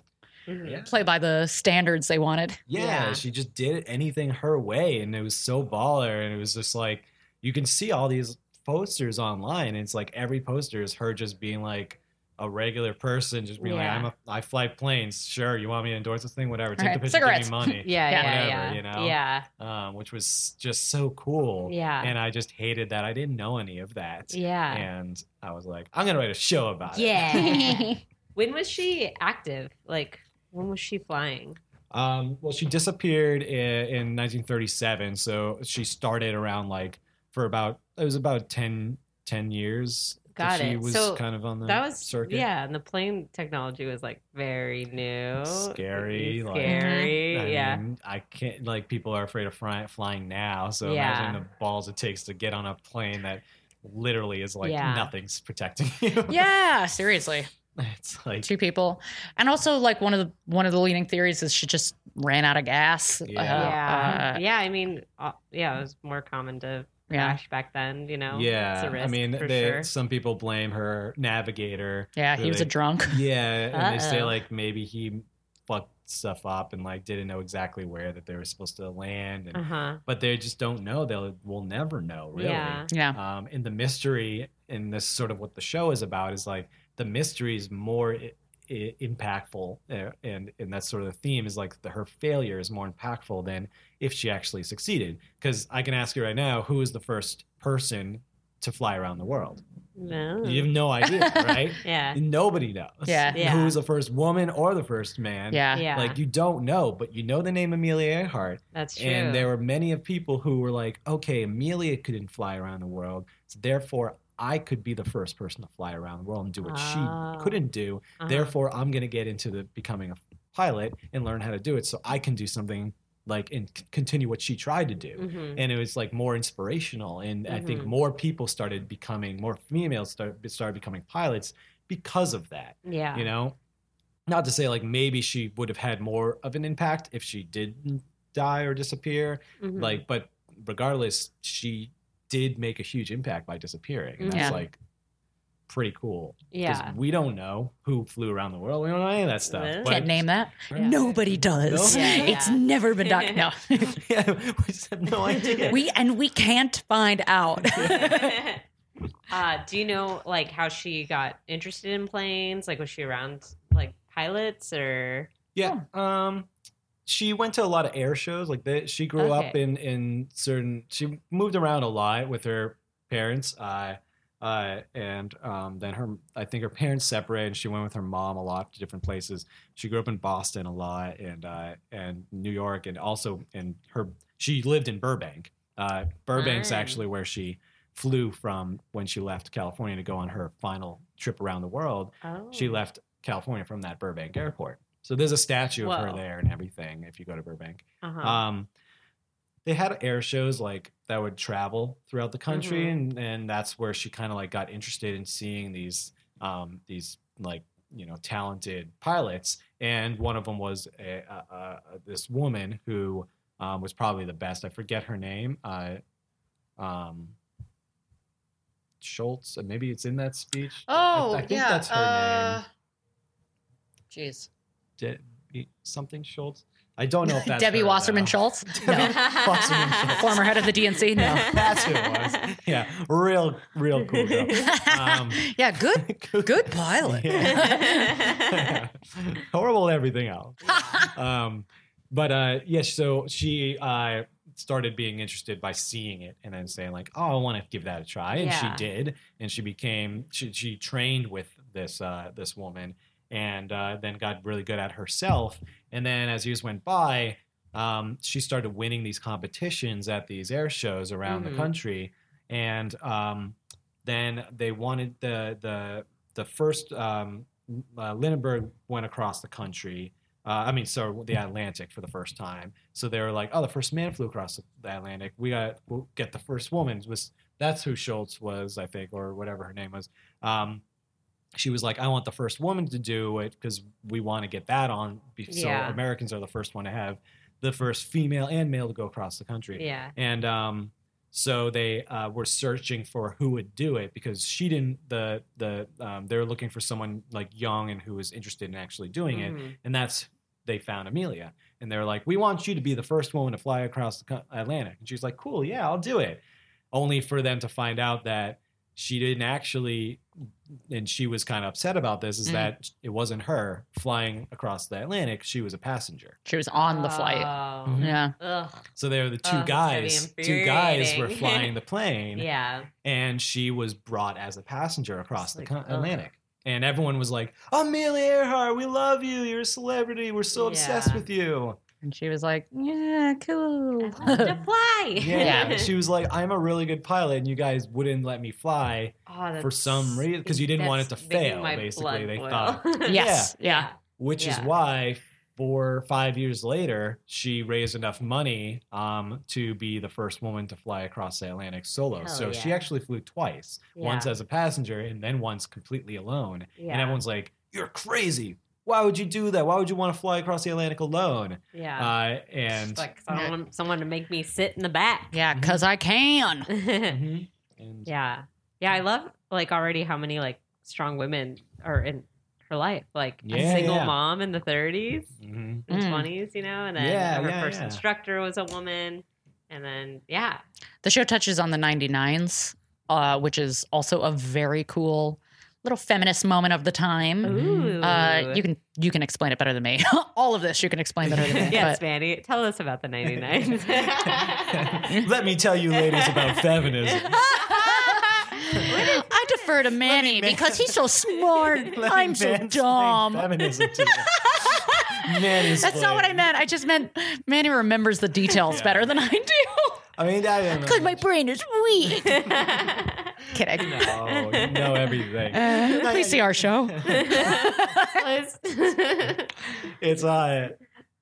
Speaker 3: Mhm.
Speaker 4: Yeah.
Speaker 5: play by the standards
Speaker 3: *laughs*
Speaker 5: they wanted. *laughs*
Speaker 4: Yeah,
Speaker 3: Yeah.
Speaker 4: she just did anything her way, and it was so baller. And it was just like you can see all these posters online, and it's like every poster is her just being like a regular person, just being
Speaker 3: Yeah.
Speaker 4: like, "I'm a I fly planes. Sure, you want me to endorse this thing? Whatever. Take
Speaker 5: Right.
Speaker 4: the picture,
Speaker 5: Cigarettes.
Speaker 3: *laughs*
Speaker 4: give me money."
Speaker 3: Yeah, yeah,
Speaker 4: Whatever,
Speaker 3: yeah.
Speaker 4: you know?
Speaker 3: Yeah.
Speaker 4: um, which was just so cool.
Speaker 3: Yeah.
Speaker 4: and I just hated that I didn't know any of that.
Speaker 3: Yeah.
Speaker 4: and I was like, "I'm gonna write a show about it."
Speaker 3: Yeah. when was she active? Like when was she flying?
Speaker 4: Um, well, she disappeared in, in 1937, so she started around like for about it was about 10, 10 years
Speaker 3: Got
Speaker 4: she
Speaker 3: it.
Speaker 4: was
Speaker 3: so
Speaker 4: kind of on the
Speaker 3: that was
Speaker 4: circuit.
Speaker 3: yeah, and the plane technology was like very new,
Speaker 4: Scary, like-
Speaker 3: scary.
Speaker 4: I
Speaker 3: yeah,
Speaker 4: mean, I can't like people are afraid of fly, flying now, so
Speaker 3: Yeah.
Speaker 4: imagine the balls it takes to get on a plane that literally is like
Speaker 3: Yeah.
Speaker 4: nothing's protecting *laughs* you.
Speaker 5: Yeah, seriously.
Speaker 4: it's like
Speaker 5: Two people. And also like one of the one of the leading theories is she just ran out of gas.
Speaker 4: Yeah.
Speaker 3: yeah,
Speaker 5: Uh,
Speaker 3: yeah. I mean, uh, yeah, it was more common to
Speaker 5: yeah.
Speaker 3: crash back then. You know,
Speaker 4: yeah,
Speaker 3: it's a risk
Speaker 4: I mean,
Speaker 3: for
Speaker 4: they,
Speaker 3: sure.
Speaker 4: some people blame her navigator.
Speaker 5: Yeah, he was a
Speaker 4: Really.
Speaker 5: drunk.
Speaker 4: Yeah, and they say
Speaker 3: Uh-oh.
Speaker 4: like maybe he fucked stuff up and like didn't know exactly where that they were supposed to land, and,
Speaker 3: Uh huh.
Speaker 4: but they just don't know. They'll we'll never know really.
Speaker 3: Yeah.
Speaker 5: Yeah.
Speaker 4: um, and the mystery and this sort of what the show is about is like the mystery is more I- I- impactful uh, and and that's sort of the theme is like the, her failure is more impactful than if she actually succeeded because i can ask you right now who is the first person to fly around the world
Speaker 3: No.
Speaker 4: you have no
Speaker 3: *laughs*
Speaker 4: idea right
Speaker 3: yeah.
Speaker 4: nobody knows
Speaker 5: Yeah.
Speaker 3: Yeah.
Speaker 4: who was the first woman or the first man
Speaker 5: Yeah.
Speaker 3: Yeah.
Speaker 4: like you don't know but you know the name amelia earhart
Speaker 3: that's true.
Speaker 4: and there were many of people who were like, okay, Amelia couldn't fly around the world. So therefore, I could be the first person to fly around the world and do what
Speaker 3: Oh.
Speaker 4: she couldn't do.
Speaker 3: Uh-huh.
Speaker 4: Therefore, I'm going to get into the becoming a pilot and learn how to do it so I can do something like and c- continue what she tried to do. *laughs*
Speaker 3: Mhm.
Speaker 4: And it was like more inspirational. And I think
Speaker 5: Mm-hmm.
Speaker 3: Mhm.
Speaker 4: more people started becoming, more females start, started becoming pilots because of that
Speaker 3: yeah.
Speaker 4: you know not to say like maybe she would have had more of an impact if she didn't die or disappear
Speaker 5: Mm-hmm.
Speaker 3: Mhm.
Speaker 4: like but regardless she did make a huge impact by disappearing and that's
Speaker 5: Yeah.
Speaker 4: like pretty cool 'Cause
Speaker 3: yeah.
Speaker 4: we don't know who flew around the world we don't know any of that stuff
Speaker 3: Really?
Speaker 4: but-
Speaker 5: Can't name that.
Speaker 3: Yeah.
Speaker 5: Nobody does.
Speaker 4: No?
Speaker 3: Yeah,
Speaker 5: It's
Speaker 3: yeah.
Speaker 5: never been done. No.
Speaker 4: *laughs* yeah, we just have no idea
Speaker 5: *laughs* we and we can't find out. *laughs*
Speaker 3: *laughs* uh, do you know like how she got interested in planes? Like was she around like pilots or
Speaker 4: Yeah. Um, she went to a lot of air shows. Like that, she grew up
Speaker 3: Okay.
Speaker 4: in in certain. She moved around a lot with her parents. Uh, uh, and um, then her, I think her parents separated. and She went with her mom a lot to different places. She grew up in Boston a lot and uh, and New York, and also and her. She lived in Burbank. Uh, Burbank's
Speaker 3: Mm.
Speaker 4: actually where she flew from when she left California to go on her final trip around the world
Speaker 3: oh.
Speaker 4: she left California from that Burbank airport. So there's a statue of her
Speaker 3: Whoa.
Speaker 4: there and everything if you go to Burbank.
Speaker 3: Uh-huh.
Speaker 4: Um, they had air shows like that would travel throughout the country,
Speaker 3: Mhm.
Speaker 4: and, and that's where she kind of like got interested in seeing these um, these like you know talented pilots. And one of them was a, a, a, this woman who um, was probably the best. I forget her name. Uh, um, Schultz, and maybe it's in that speech. I-
Speaker 5: Oh,
Speaker 4: I, think
Speaker 5: yeah.
Speaker 4: that's her name.
Speaker 5: uh, Jeez.
Speaker 4: De- something Schultz. I don't
Speaker 5: *laughs*
Speaker 4: know if that's
Speaker 5: Debbie
Speaker 4: her,
Speaker 5: Wasserman
Speaker 4: though.
Speaker 5: Schultz?
Speaker 4: *laughs*
Speaker 5: *laughs* No.
Speaker 4: Wasserman Schultz.
Speaker 5: Former head of the
Speaker 4: *laughs*
Speaker 5: DNC?
Speaker 4: No,
Speaker 5: No.
Speaker 4: that's who it was. Yeah, real, real cool. Girl. Um,
Speaker 5: yeah,
Speaker 4: *laughs*
Speaker 5: good *laughs* good pilot.
Speaker 4: Yeah. *laughs* Horrible at everything else. Um, but uh, yes, so she uh, started being interested by seeing it and then saying like, "Oh, I want to give that a try," and
Speaker 3: Yeah.
Speaker 4: she did, and she became she she trained with this uh, this woman and uh, then got really good at herself. And then as years went by, um, she started winning these competitions at these air shows around
Speaker 3: Mhm.
Speaker 4: the country, and um, then they wanted the the the first um, uh, Lindenberg went across the country. Uh, I mean, so the
Speaker 3: Hmm.
Speaker 4: Atlantic for the first time. So they were like, "Oh, the first man flew across the Atlantic. We got we'll get the first woman." Was that's who Schultz was, I think, or whatever her name was. Um, she was like, "I want the first woman to do it because we want to get that on." be- So
Speaker 3: Yeah.
Speaker 4: Americans are the first one to have the first female and male to go across the
Speaker 3: *laughs*
Speaker 4: country.
Speaker 3: yeah.
Speaker 4: And um, so they uh, were searching for who would do it because she didn't. The the um, they were looking for someone like young and who was interested in actually doing it.
Speaker 3: Mhm.
Speaker 4: And that's they found Amelia. And they're like, "We want you to be the first woman to fly across the co- Atlantic." And she's like, "Cool, yeah, I'll do it." Only for them to find out that she didn't actually, and she was kind of upset about this, is
Speaker 3: Mm-hmm.
Speaker 5: Mm.
Speaker 4: that it wasn't her flying across the Atlantic. She was a passenger.
Speaker 5: She was on the flight.
Speaker 4: Uh,
Speaker 5: Mm-hmm.
Speaker 3: Oh.
Speaker 5: Yeah.
Speaker 3: Ugh.
Speaker 4: So they were the two
Speaker 3: Oh, that's gotta be
Speaker 4: guys. Two guys were
Speaker 3: infuriating. *laughs*
Speaker 4: flying the plane
Speaker 3: Yeah.
Speaker 4: and she was brought as a passenger across the
Speaker 3: It's
Speaker 4: con
Speaker 3: like, ugh.
Speaker 4: Atlantic. And everyone was like, Amelia Earhart, we love you. You're a celebrity. We're so obsessed
Speaker 3: Yeah.
Speaker 4: with you.
Speaker 5: And she was like, yeah,
Speaker 3: *laughs*
Speaker 5: cool.
Speaker 3: I wanted to fly.
Speaker 4: *laughs* Yeah.
Speaker 5: *laughs*
Speaker 3: *laughs*
Speaker 5: Yeah.
Speaker 4: she was like, I'm a really good pilot, and you guys wouldn't let me fly.
Speaker 3: Oh,
Speaker 4: For some
Speaker 3: that's-
Speaker 4: reason- 'cause you didn't want it
Speaker 3: that's
Speaker 4: to
Speaker 3: making
Speaker 4: fail,
Speaker 3: my
Speaker 4: basically,
Speaker 3: blood
Speaker 4: they
Speaker 3: boil. *laughs*
Speaker 4: thought.
Speaker 5: yes. Yeah.
Speaker 4: which is
Speaker 3: Yeah.
Speaker 4: why four five years later she raised enough money um, to be the first woman to fly across the atlantic solo
Speaker 3: Hell
Speaker 4: so she
Speaker 3: yeah.
Speaker 4: actually flew twice *laughs* once
Speaker 3: Yeah.
Speaker 4: as a passenger and then once completely alone
Speaker 3: Yeah.
Speaker 4: and everyone's like you're crazy why would you do that why would you want to fly across the atlantic alone
Speaker 3: yeah.
Speaker 4: uh, and
Speaker 3: It's like someone, someone to make me sit in the back.
Speaker 5: Yeah.
Speaker 4: Mm-hmm.
Speaker 5: Because I can.
Speaker 3: yeah.
Speaker 4: Mhm. and
Speaker 3: *laughs* yeah. I love like already how many like strong women are in her life. Like a
Speaker 4: Yeah,
Speaker 3: single
Speaker 4: yeah.
Speaker 3: mom in the 30s
Speaker 4: mhm.
Speaker 3: and
Speaker 5: Mm.
Speaker 3: 20s, you know, and then
Speaker 4: Yeah,
Speaker 3: her
Speaker 4: yeah,
Speaker 3: first
Speaker 4: yeah.
Speaker 3: instructor was a woman. And then, yeah.
Speaker 5: The show touches on the 99s, uh, which is also a very cool little feminist moment of the time.
Speaker 3: Ooh.
Speaker 5: Uh,
Speaker 3: *laughs*
Speaker 5: you can you can explain it better than me. *laughs* All of this you can explain better than me.
Speaker 3: yes,
Speaker 5: but-
Speaker 3: Manny. Tell us about the
Speaker 4: *laughs*
Speaker 3: *laughs*
Speaker 5: *laughs*
Speaker 3: 99s.
Speaker 4: let me tell you ladies
Speaker 3: *laughs*
Speaker 4: about feminism
Speaker 5: *laughs* I defer to Manny
Speaker 4: man-
Speaker 5: because he's so smart.
Speaker 4: Let me
Speaker 5: I'm so
Speaker 4: mansplain
Speaker 5: dumb.
Speaker 4: feminism to you.
Speaker 5: *laughs*
Speaker 4: Mansplain.
Speaker 5: That's not what I meant. I just meant Manny remembers the details
Speaker 4: Yeah.
Speaker 5: better than I do
Speaker 4: I mean, I don't know.
Speaker 5: because my brain is weak. *laughs* Kidding.
Speaker 4: No, Oh, you know everything.
Speaker 5: *laughs* Uh, please see our show.
Speaker 4: *laughs* It's uh,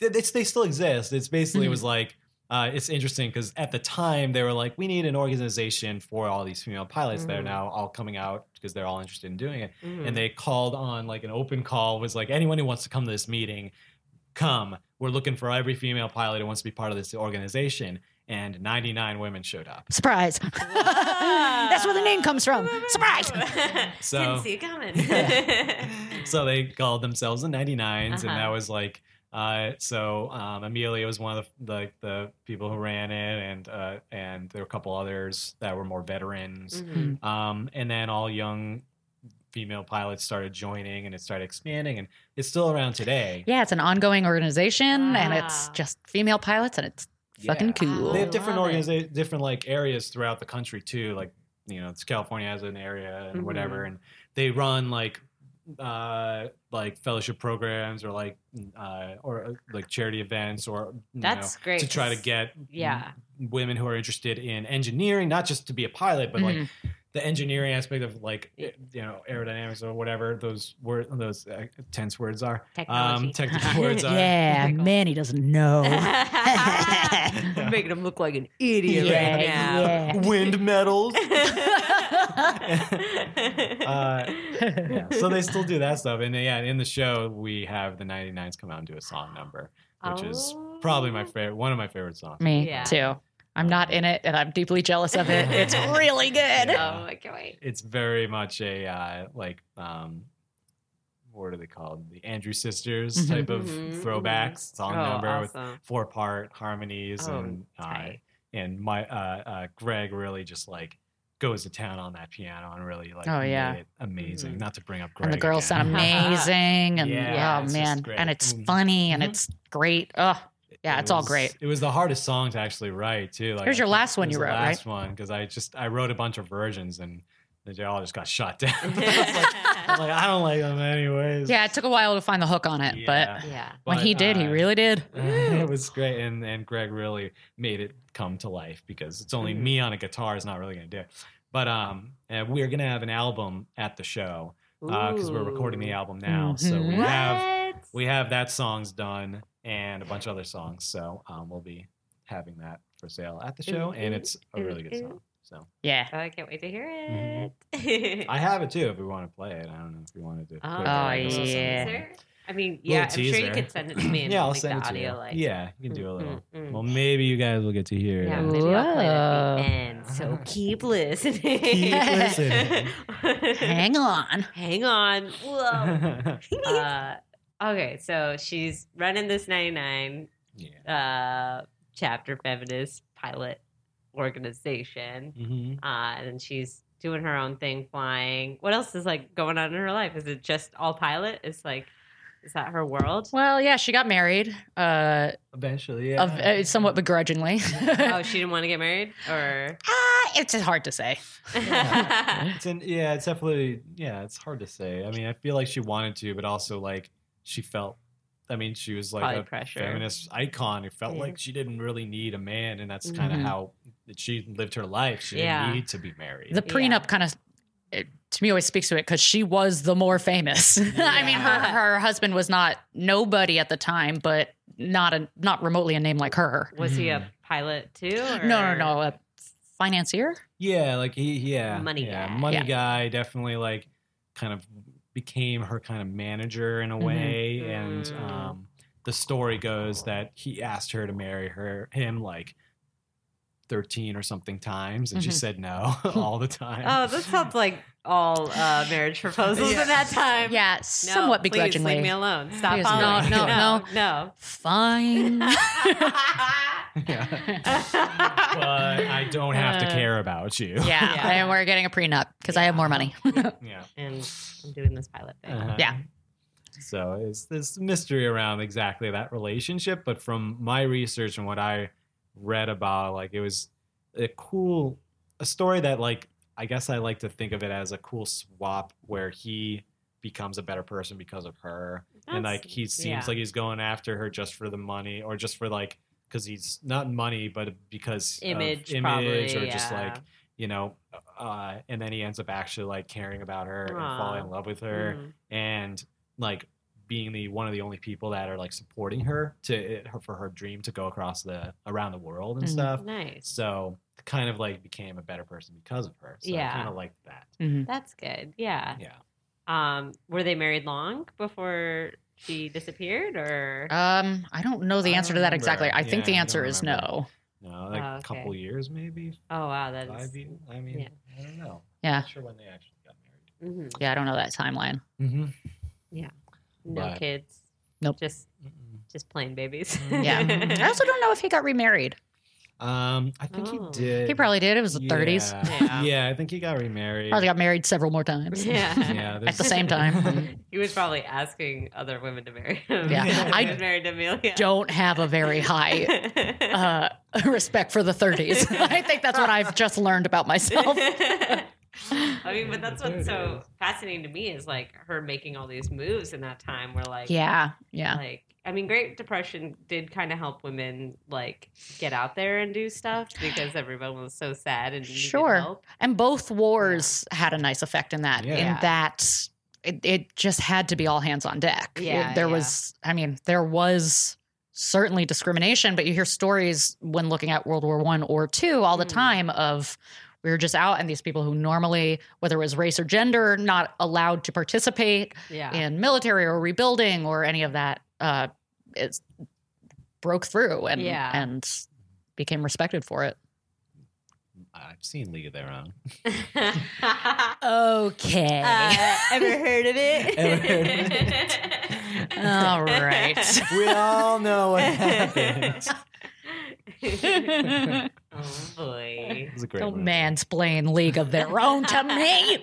Speaker 4: th- it's, they still exist. It's basically it was like. Uh, it's interesting because at the time they were like, we need an organization for all these female pilots. They're
Speaker 3: Mhm.
Speaker 5: Mm.
Speaker 4: now all coming out because they're all interested in doing it.
Speaker 3: Mhm.
Speaker 4: And they called on like an open call was like, anyone who wants to come to this meeting, come. We're looking for every female pilot who wants to be part of this organization. And 99 women showed up.
Speaker 5: Surprise.
Speaker 3: Mm.
Speaker 5: That's where the name
Speaker 3: *laughs*
Speaker 5: comes from. Surprise.
Speaker 4: So-
Speaker 3: Didn't see it *laughs*
Speaker 4: *laughs*
Speaker 3: coming. Mm-hmm.
Speaker 4: so they called themselves the 99s
Speaker 3: Uh-huh.
Speaker 4: and that was like uh, so um, Amelia was one of the, the the people who ran it and uh, and there were a couple others that were more veterans
Speaker 3: Mhm.
Speaker 4: um, and then all young female pilots started joining and it started expanding and it's still around today
Speaker 5: Yeah, it's an ongoing organization and it's
Speaker 3: Ah.
Speaker 5: just female pilots and it's fucking
Speaker 4: Yeah.
Speaker 5: cool.
Speaker 4: they
Speaker 3: I
Speaker 4: have different
Speaker 3: love it.
Speaker 4: organiza- different like areas throughout the country too like you know it's california has an area and
Speaker 3: Mhm.
Speaker 4: whatever and they run like uh like fellowship programs or like uh or uh, like charity events or you
Speaker 3: That's great.
Speaker 4: know, to try to
Speaker 3: 'cause-
Speaker 4: get Mm.
Speaker 3: Yeah.
Speaker 4: women who are interested in engineering not just to be a pilot but like
Speaker 5: Mhm.
Speaker 3: Mm-hmm.
Speaker 4: the engineering aspect of like you know aerodynamics or whatever those word those uh, tense words
Speaker 3: *laughs*
Speaker 4: are
Speaker 3: Technology.
Speaker 4: um
Speaker 3: *laughs*
Speaker 4: technical words are
Speaker 5: yeah,
Speaker 3: Pickle.
Speaker 5: Manny doesn't
Speaker 3: *laughs*
Speaker 5: know.
Speaker 4: *laughs*
Speaker 3: I'm making him look like an idiot
Speaker 4: *laughs*
Speaker 5: Yeah,
Speaker 3: right now.
Speaker 5: yeah.
Speaker 4: wind metals
Speaker 3: uh, *laughs*
Speaker 4: *laughs* Uh, yeah, so they still do that stuff, and yeah, in the show we have the 99s come out and do a song number, which is probably
Speaker 3: Oh.
Speaker 4: my favorite, one of my favorite songs.
Speaker 5: *laughs* Me
Speaker 3: Yeah.
Speaker 5: too. I'm not in it and I'm deeply jealous of it.
Speaker 4: *laughs*
Speaker 5: It's really good.
Speaker 3: Oh, I can't wait.
Speaker 4: It's very much a uh, like, um, what are they called? The Andrew Sisters
Speaker 5: Mhm.
Speaker 4: type of
Speaker 3: Mhm, mhm.
Speaker 4: throwbacks song
Speaker 5: Oh,
Speaker 4: number with
Speaker 3: Oh, awesome.
Speaker 4: four part harmonies,
Speaker 3: Oh,
Speaker 4: and uh,
Speaker 3: tight.
Speaker 4: and my uh, uh, Greg really just like goes to town on that piano and really like
Speaker 5: Oh,
Speaker 4: made
Speaker 5: yeah.
Speaker 4: it amazing.
Speaker 3: Mhm.
Speaker 4: Not to bring up Greg,
Speaker 5: and the girls
Speaker 4: again. *laughs*
Speaker 5: sound amazing and
Speaker 4: Yeah,
Speaker 5: oh
Speaker 4: it's just
Speaker 5: man
Speaker 4: great.
Speaker 5: and it's
Speaker 4: Mm.
Speaker 5: funny and
Speaker 4: Mhm.
Speaker 5: it's great oh Yeah,
Speaker 4: It
Speaker 5: it's all
Speaker 4: was-
Speaker 5: great.
Speaker 4: It was the hardest song to actually write too. Like I
Speaker 5: Here's your
Speaker 4: think
Speaker 5: last
Speaker 4: it
Speaker 5: one
Speaker 4: was
Speaker 5: you
Speaker 4: the
Speaker 5: wrote, right?
Speaker 4: last one because I just I wrote a bunch of versions and they all just got shot down. *laughs* *laughs* I was like, I was like, I don't like them anyways.
Speaker 5: yeah it took a while to find the hook on it
Speaker 4: Yeah,
Speaker 3: *laughs*
Speaker 4: *laughs*
Speaker 5: but
Speaker 3: yeah.
Speaker 5: when he
Speaker 4: but,
Speaker 5: did he
Speaker 4: uh, *laughs*
Speaker 5: really did
Speaker 4: it was great, and and Greg really made it come to life because it's only
Speaker 3: Mhm.
Speaker 4: me on a guitar is not really gonna do. It. But um, and we're gonna have an album at the show because Uh, we're recording the
Speaker 3: Ooh.
Speaker 4: album now, so we
Speaker 5: Mhm.
Speaker 4: have
Speaker 3: What?
Speaker 4: we have that song's done and a bunch of other songs. So um, we'll be having that for sale at the show, and it's a really good song. So *laughs*
Speaker 5: yeah
Speaker 3: Oh, I can't wait to hear
Speaker 4: Mhm.
Speaker 3: it. *laughs*
Speaker 4: I have it too if we want to play it. I don't know if we wanted to. put it
Speaker 3: Oh,
Speaker 4: there.
Speaker 5: yeah.
Speaker 4: This is something-
Speaker 3: Teaser? I mean, yeah, I'm sure you
Speaker 4: teaser.
Speaker 3: could send it
Speaker 4: *clears throat*
Speaker 3: to me. And
Speaker 4: Yeah, I'll
Speaker 3: make
Speaker 4: send
Speaker 3: the
Speaker 4: it to
Speaker 3: audio,
Speaker 4: you.
Speaker 3: Like,
Speaker 4: yeah, you can do a little.
Speaker 3: Mm, mm,
Speaker 4: Well, maybe you guys will get to hear
Speaker 3: Yeah,
Speaker 4: it. *laughs*
Speaker 3: maybe I'll play it at
Speaker 5: Whoa.
Speaker 3: the end. So keep listening.
Speaker 4: Keep listening.
Speaker 5: hang on
Speaker 3: *laughs* Hang on.
Speaker 4: *laughs*
Speaker 3: Whoa. Uh, okay, so she's running this 99
Speaker 4: yeah.
Speaker 3: uh, chapter feminist pilot organization.
Speaker 4: hmm
Speaker 3: Uh, and she's doing her own thing flying. What else is like going on in her life? Is it just all pilot? It's like, is that her world?
Speaker 5: well yeah she got married uh,
Speaker 4: Eventually, yeah.
Speaker 5: of, uh somewhat begrudgingly
Speaker 3: oh, she didn't want to get married, or
Speaker 5: *laughs* Ah, it's just hard to say
Speaker 3: yeah,
Speaker 4: *laughs* It's in, yeah, it's definitely yeah. It's hard to say. I mean, I feel like she wanted to, but also like she felt I mean, she was like
Speaker 3: Probably
Speaker 4: a
Speaker 3: pressure.
Speaker 4: feminist icon. It felt
Speaker 3: Yeah.
Speaker 4: like she didn't really need a man, and that's kind of
Speaker 5: Mhm.
Speaker 4: how that she lived her life. She
Speaker 3: Mm-hmm. Yeah.
Speaker 4: didn't need to be married.
Speaker 5: The prenup kind of to me always speaks to it because she was the more famous. *laughs* I mean, her
Speaker 3: Yeah.
Speaker 5: her husband was not nobody at the time, but not a not remotely a name like her.
Speaker 3: Was he a pilot too? Or?
Speaker 5: Hmm. No, no, no, a financier.
Speaker 4: yeah, like he, yeah,
Speaker 3: Money
Speaker 4: yeah,
Speaker 3: guy.
Speaker 4: money
Speaker 5: Yeah.
Speaker 4: guy, definitely like kind of became her kind of manager in a
Speaker 5: Mhm.
Speaker 4: way.
Speaker 3: Mm.
Speaker 4: And um, the story goes that he asked her to marry her him like thirteen or something times, and she
Speaker 5: Mhm.
Speaker 4: said
Speaker 3: *laughs*
Speaker 4: no *laughs* all the time.
Speaker 3: Mm-hmm. Oh, that sounds like all uh, marriage proposals
Speaker 4: Yeah.
Speaker 3: at that time.
Speaker 5: Yeah,
Speaker 3: No,
Speaker 5: *laughs* somewhat
Speaker 3: please,
Speaker 5: begrudgingly.
Speaker 3: leave me alone. Stop
Speaker 5: Please, *laughs*
Speaker 3: following.
Speaker 5: no, no,
Speaker 3: no,
Speaker 5: *laughs*
Speaker 3: *laughs*
Speaker 5: Fine. *laughs*
Speaker 3: no.
Speaker 4: *laughs* yeah.
Speaker 3: *laughs*
Speaker 4: but I don't have
Speaker 3: Uh.
Speaker 4: to care about
Speaker 3: *laughs*
Speaker 4: you.
Speaker 5: Yeah,
Speaker 3: Yeah.
Speaker 5: and we're getting a prenup because I have more money.
Speaker 4: Yeah.
Speaker 3: and I'm doing this pilot thing.
Speaker 4: Uh-huh.
Speaker 5: Yeah.
Speaker 4: So it's this mystery around exactly that relationship, but from my research and what I read about, like it was a cool a story that like I guess I like to think of it as a cool swap where he becomes a better person because of her. and
Speaker 3: That's-
Speaker 4: like he seems
Speaker 3: yeah.
Speaker 4: like he's going after her just for the money or just for like because he's not money, but because of
Speaker 3: image,
Speaker 4: image
Speaker 3: probably,
Speaker 4: or just
Speaker 3: yeah.
Speaker 4: like you know, uh, and then he ends up actually like caring about her
Speaker 3: Aw.
Speaker 4: and falling in love with her
Speaker 3: Mm.
Speaker 4: and like being the one of the only people that are like supporting her to it, her, for her dream to go across the around the world and
Speaker 5: Mhm.
Speaker 4: stuff.
Speaker 3: Mm, nice.
Speaker 4: So kind of like became a better person because of her. So
Speaker 3: Yeah.
Speaker 4: I kind of like that.
Speaker 3: That's good. Yeah.
Speaker 4: Yeah.
Speaker 3: Um, were they married long before she disappeared, or
Speaker 5: Um, I don't know the
Speaker 4: I
Speaker 5: answer to
Speaker 4: don't
Speaker 5: that exactly. I
Speaker 4: remember.
Speaker 5: think
Speaker 4: Yeah,
Speaker 5: the
Speaker 4: I don't
Speaker 5: answer is
Speaker 4: remember.
Speaker 5: no.
Speaker 4: No, like
Speaker 3: Oh, okay.
Speaker 4: a couple years maybe.
Speaker 3: oh wow, that is
Speaker 4: Five years. I mean,
Speaker 3: yeah.
Speaker 4: I don't know.
Speaker 5: Yeah.
Speaker 4: Not sure when they actually got married.
Speaker 3: mhm.
Speaker 5: Yeah, I don't know
Speaker 3: *laughs*
Speaker 5: that timeline.
Speaker 3: no
Speaker 4: But-
Speaker 3: kids.
Speaker 5: Nope. Mm,
Speaker 3: Just
Speaker 4: Mm-hmm.
Speaker 3: just plain babies. *laughs*
Speaker 5: Yeah. I also don't know if he got remarried.
Speaker 4: Um, I think
Speaker 3: Oh.
Speaker 4: he did.
Speaker 5: He probably did. It was the 30s.
Speaker 4: Yeah.
Speaker 3: Yeah.
Speaker 4: *laughs* Yeah. I think he got remarried.
Speaker 5: Probably got *laughs* married several more times.
Speaker 3: yeah.
Speaker 4: *laughs* yeah,
Speaker 5: At
Speaker 4: there's-
Speaker 5: the same time.
Speaker 3: He was probably asking other women to marry him. *laughs*
Speaker 5: Yeah.
Speaker 3: He
Speaker 5: I
Speaker 3: was married to Amelia.
Speaker 5: *laughs*
Speaker 3: *laughs*
Speaker 5: Don't have a very high uh, *laughs* respect for the 30s. *laughs* I think that's what I've just learned about *laughs* myself.
Speaker 3: I mean, but that's what's so fascinating to me is like her making all these moves in that time where like
Speaker 5: Yeah, yeah.
Speaker 3: like I mean, Great Depression did kind of help women like get out there and do stuff because everyone was so sad and needed
Speaker 5: Sure.
Speaker 3: help.
Speaker 5: And both wars had a nice effect in that.
Speaker 4: Yeah.
Speaker 5: In that it, it just had to be all hands on deck.
Speaker 3: Yeah,
Speaker 5: It- there
Speaker 3: yeah.
Speaker 5: was, I mean, there was certainly discrimination, but you hear stories when looking at World War One or two all the
Speaker 3: Mhm.
Speaker 5: time of we were just out and these people who normally, whether it was race or gender, not allowed to participate
Speaker 3: Yeah. *laughs*
Speaker 5: in military or rebuilding or any of that, uh, it's broke through and
Speaker 3: Yeah.
Speaker 5: and became respected for it.
Speaker 4: I've seen League of Their Own.
Speaker 5: *laughs* Okay.
Speaker 3: Uh, ever heard of it?
Speaker 4: *laughs* Ever heard of
Speaker 5: All right.
Speaker 3: *laughs*
Speaker 4: *laughs* We all know
Speaker 5: *laughs*
Speaker 4: what happened.
Speaker 3: happened? *laughs* oh boy. *laughs*
Speaker 4: It's a great
Speaker 5: Don't
Speaker 4: movie.
Speaker 5: mansplain League of Their Own *laughs* to me.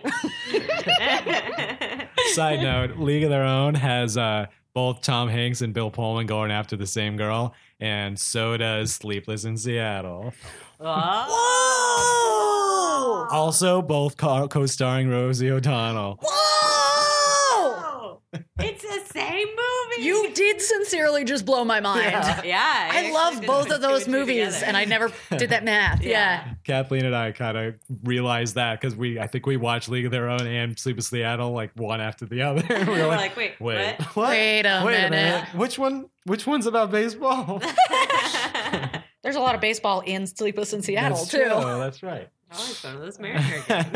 Speaker 4: Side note: League of Their Own has uh, both Tom Hanks and Bill Pullman going after the same girl, and so does Sleepless in Seattle.
Speaker 3: oh.
Speaker 4: Also, both co- co-starring Rosie O'Donnell.
Speaker 5: Whoa!
Speaker 3: It's the same movie.
Speaker 5: You did sincerely just blow my mind.
Speaker 3: yeah.
Speaker 5: *laughs* I love both of those movies,
Speaker 3: *laughs*
Speaker 5: and I never did that math. Yeah.
Speaker 4: Kathleen and I kind of realized that because we, I think we watched League of Their Own and Sleepless in Seattle like one after the other. *laughs* we
Speaker 3: we
Speaker 4: were
Speaker 3: were
Speaker 4: like,
Speaker 3: like, wait,
Speaker 4: wait,
Speaker 5: *laughs*
Speaker 3: what? *laughs*
Speaker 4: what?
Speaker 5: Wait a
Speaker 4: Wait
Speaker 5: minute.
Speaker 4: Which one? Which one's about baseball?
Speaker 3: Oh, I
Speaker 5: There's a lot of baseball in Sleepless in *laughs* Seattle,
Speaker 4: That's
Speaker 5: too.
Speaker 4: true, That's right.
Speaker 3: like some of those Mariner games.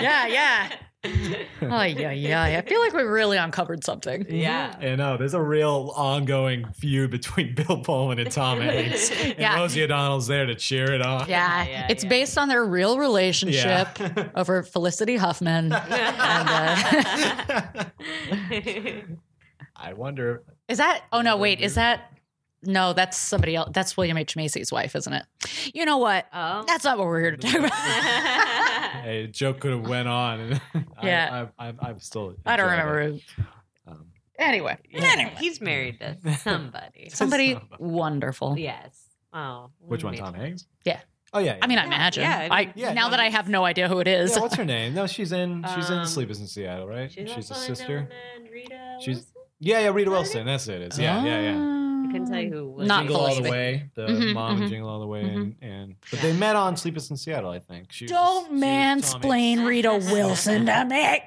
Speaker 5: Yeah, *laughs* yeah. Oh, yeah, yeah. I feel like we really uncovered something.
Speaker 3: *laughs* Yeah.
Speaker 4: I know there's a real ongoing feud between *laughs* Bill Pullman and Tom Hanks, and
Speaker 5: *laughs* Yeah.
Speaker 4: Rosie O'Donnell's there to cheer it on.
Speaker 5: Yeah.
Speaker 3: Yeah,
Speaker 5: it's
Speaker 3: yeah.
Speaker 5: based on their real relationship over Felicity Huffman. And,
Speaker 4: *laughs*
Speaker 5: uh,
Speaker 3: *laughs*
Speaker 5: *laughs*
Speaker 4: I wonder.
Speaker 5: Is that? Oh no, wait. Is that? No, that's somebody else. That's William H Macy's wife, isn't it? You know what?
Speaker 3: oh. *laughs*
Speaker 5: That's not what we're here to talk about. *laughs*
Speaker 4: A joke could have went on. And *laughs* I-
Speaker 5: Yeah.
Speaker 4: I, I, I'm still.
Speaker 5: I don't
Speaker 4: enjoying it.
Speaker 5: remember. Who.
Speaker 4: Um,
Speaker 5: Anyway, anyway,
Speaker 3: He's married to somebody.
Speaker 5: *laughs* somebody
Speaker 4: Somebody.
Speaker 5: wonderful.
Speaker 3: yes. Oh.
Speaker 4: *laughs* which one,
Speaker 3: maybe.
Speaker 4: Tom Hanks?
Speaker 5: Yeah.
Speaker 4: Oh yeah. yeah.
Speaker 5: I mean, I
Speaker 3: Yeah,
Speaker 5: imagine.
Speaker 3: yeah,
Speaker 5: I,
Speaker 3: I mean-
Speaker 4: Yeah,
Speaker 5: now
Speaker 4: no,
Speaker 5: that I have no idea who it is.
Speaker 4: yeah,
Speaker 5: *laughs*
Speaker 4: what's her name? No, she's in. She's in
Speaker 3: Um,
Speaker 4: Sleepless in Seattle, right? She's, a
Speaker 3: also in
Speaker 4: sister.
Speaker 3: Dylan and Rita
Speaker 4: She's-
Speaker 3: Wilson?
Speaker 4: Yeah, yeah, Rita Wilson. That's it. It's, yeah, yeah, yeah.
Speaker 5: Ah.
Speaker 3: I couldn't tell you who was.
Speaker 5: Not
Speaker 4: Jingle All the
Speaker 5: Felicity.
Speaker 4: Way, the
Speaker 5: Mhm,
Speaker 4: mom
Speaker 5: mhm.
Speaker 4: and Jingle All the Way,
Speaker 5: Mhm.
Speaker 4: and, and but they met on Sleepless in Seattle, I think. She was just-
Speaker 5: Don't
Speaker 4: she was
Speaker 5: mansplain
Speaker 4: *laughs*
Speaker 5: Rita Wilson to me.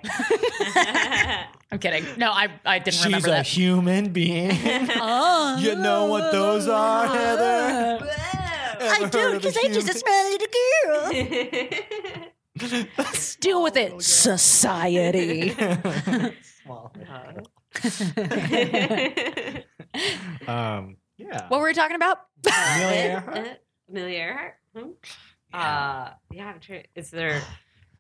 Speaker 5: I'm kidding. No, I, I
Speaker 4: Tommy.
Speaker 5: didn't
Speaker 4: She's
Speaker 5: remember
Speaker 4: a
Speaker 5: that.
Speaker 4: human
Speaker 5: *laughs*
Speaker 4: being.
Speaker 5: Oh.
Speaker 4: you know what those are, Heather?
Speaker 5: I do because I just a small little girl. Deal with
Speaker 4: *laughs*
Speaker 5: it, society.
Speaker 3: *laughs*
Speaker 5: *laughs*
Speaker 3: Oh.
Speaker 4: um, yeah.
Speaker 5: What were we talking about?
Speaker 4: Amelia
Speaker 3: *laughs*
Speaker 4: Earhart.
Speaker 3: Amelia Earhart. Hmm? Uh, yeah, I'm trying. Is there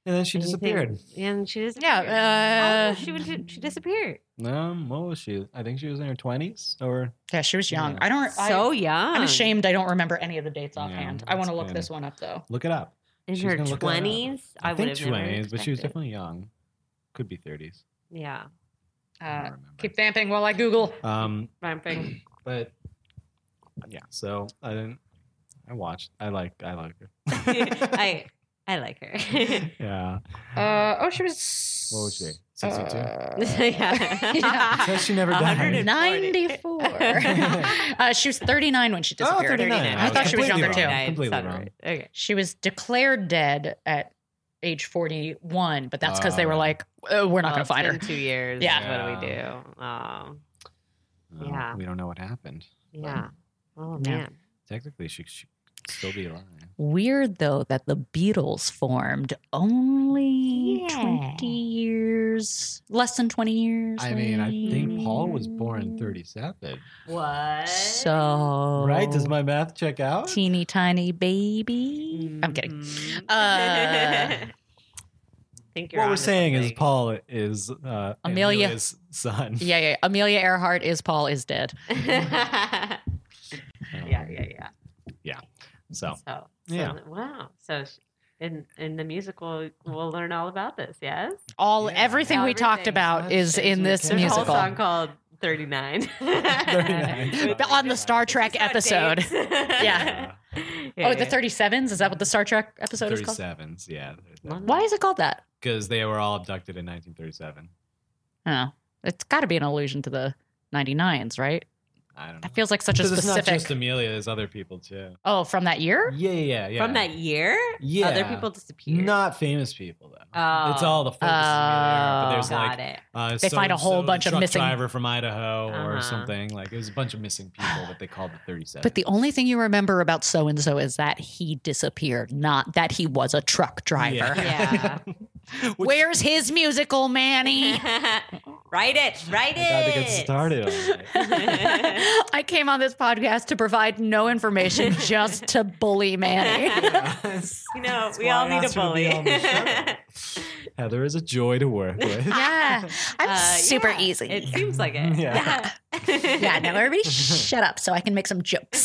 Speaker 4: And then she
Speaker 3: anything-
Speaker 4: disappeared.
Speaker 3: Yeah, and she disappeared.
Speaker 5: Yeah, uh,
Speaker 3: Oh, she went to, she disappeared.
Speaker 4: Um, what was she? I think she was in her twenties, or
Speaker 5: Yeah, she was young.
Speaker 4: Yeah.
Speaker 5: I don't.
Speaker 3: So young.
Speaker 5: I, am ashamed. I don't remember any of the dates
Speaker 4: Yeah,
Speaker 5: offhand. I want to
Speaker 4: that's
Speaker 5: look
Speaker 4: good.
Speaker 5: this one up though.
Speaker 4: look it up.
Speaker 3: in
Speaker 4: She's
Speaker 3: her
Speaker 4: gonna look that up.
Speaker 3: twenties. I,
Speaker 4: I,
Speaker 3: would
Speaker 4: think
Speaker 3: have never
Speaker 4: twenties, but she was
Speaker 3: expected.
Speaker 4: definitely young. Could be thirties.
Speaker 3: yeah.
Speaker 5: Uh, keep vamping while I Google.
Speaker 4: Um, *laughs*
Speaker 3: Vamping.
Speaker 4: but yeah, so I didn't. I watched. I like. I like
Speaker 5: *laughs*
Speaker 4: her. *laughs*
Speaker 3: I I like her.
Speaker 4: yeah.
Speaker 5: Uh, oh, she was. uh,
Speaker 4: What was she? 62?
Speaker 3: yeah.
Speaker 5: Yeah.
Speaker 4: Says she
Speaker 5: *laughs*
Speaker 4: never died.
Speaker 5: 94. *laughs* uh, she was 39 when she disappeared.
Speaker 4: 39.
Speaker 5: I thought she was
Speaker 4: Oh, Completely
Speaker 5: younger too.
Speaker 4: wrong. Completely
Speaker 3: Sounded
Speaker 4: wrong.
Speaker 3: right. Okay.
Speaker 5: She was declared dead at age 41, but that's because they were
Speaker 4: Uh,
Speaker 5: like, "Uh, we're
Speaker 3: Well,
Speaker 5: not going to
Speaker 3: it's
Speaker 5: find her.
Speaker 3: been Two years.
Speaker 4: Yeah.
Speaker 3: What do we do? Um,
Speaker 4: Well,
Speaker 3: Yeah.
Speaker 4: We don't know what happened.
Speaker 3: yeah. Oh
Speaker 5: Yeah.
Speaker 3: man.
Speaker 4: Technically, she she could still be alive.
Speaker 5: Weird though that the Beatles formed only
Speaker 3: Yeah.
Speaker 5: 20 years, less than 20 years.
Speaker 4: I mean, I think Paul was born
Speaker 5: later.
Speaker 4: thirty-seven.
Speaker 3: What?
Speaker 5: So
Speaker 4: Right? Does my math check out?
Speaker 5: teeny tiny baby? I'm kidding.
Speaker 3: Mhm.
Speaker 5: Uh,
Speaker 3: *laughs* think you're
Speaker 4: What we're
Speaker 3: onto
Speaker 4: saying is
Speaker 3: something.
Speaker 4: Paul is uh,
Speaker 5: Amelia.
Speaker 4: Amelia's son.
Speaker 5: Yeah, yeah. Amelia Earhart is Paul is dead.
Speaker 3: *laughs* yeah,
Speaker 4: Um,
Speaker 3: yeah, yeah.
Speaker 5: *laughs*
Speaker 4: So
Speaker 3: So,
Speaker 4: Yeah.
Speaker 3: so- wow. So, sh- in in the musical, we'll learn all about this. Yes,
Speaker 5: All
Speaker 4: Yeah.
Speaker 5: everything we talked
Speaker 3: Everything.
Speaker 5: about is in this
Speaker 4: There's
Speaker 3: there's
Speaker 5: musical.
Speaker 3: a whole song called Thirty
Speaker 4: *laughs*
Speaker 3: Nine. *laughs*
Speaker 4: 39.
Speaker 5: *laughs* But on the Star Trek episode.
Speaker 3: yeah.
Speaker 4: uh,
Speaker 5: oh, the 37s? Is that what the Star Trek episode is called?
Speaker 4: thirty-sevens. Yeah.
Speaker 5: Why is it called that?
Speaker 4: Because they were all abducted in 1937.
Speaker 5: Oh, it's got to be an allusion to the 99s, right?
Speaker 4: I don't know.
Speaker 5: That feels like such a
Speaker 4: 'Cause it's not
Speaker 5: specific.
Speaker 4: just Amelia. There's other people too.
Speaker 5: oh, from that year?
Speaker 4: Yeah, yeah, yeah.
Speaker 3: From that year,
Speaker 4: Yeah.
Speaker 3: other people disappeared.
Speaker 4: Not famous people though.
Speaker 3: Oh.
Speaker 4: It's all the focus. is Amelia Earhart, but there's
Speaker 3: got
Speaker 4: like
Speaker 3: it.
Speaker 4: uh,
Speaker 5: Oh, They find a
Speaker 4: so-and-so,
Speaker 5: whole
Speaker 4: the
Speaker 5: bunch of
Speaker 4: truck
Speaker 5: missing-
Speaker 4: driver from Idaho
Speaker 3: Uh-huh.
Speaker 4: or something. Like there's a bunch of missing people that they called the 37.
Speaker 5: But the
Speaker 4: *laughs*
Speaker 5: only thing you remember about so and so is that he disappeared, not that he was a truck driver.
Speaker 3: Yeah.
Speaker 4: *laughs* Which-
Speaker 5: Where's his musical, *laughs* Manny?
Speaker 3: *laughs* write it. Write
Speaker 4: I got to get
Speaker 3: it.
Speaker 4: started. On it.
Speaker 5: *laughs*
Speaker 3: *laughs*
Speaker 5: I came on this podcast to provide no *laughs* information, just to bully *laughs* Manny.
Speaker 3: *laughs* You know,
Speaker 4: That's
Speaker 3: we
Speaker 4: why
Speaker 3: all
Speaker 4: I
Speaker 3: need a
Speaker 4: asked her to be
Speaker 3: bully.
Speaker 4: on
Speaker 3: *laughs*
Speaker 4: the show. Heather is a joy to
Speaker 5: *laughs*
Speaker 4: work with. *laughs*
Speaker 5: Yeah, I'm
Speaker 3: Uh,
Speaker 5: super
Speaker 3: yeah,
Speaker 5: easy.
Speaker 3: It seems like it.
Speaker 4: Yeah.
Speaker 5: yeah, *laughs* now everybody shut up so I can make some *laughs* jokes.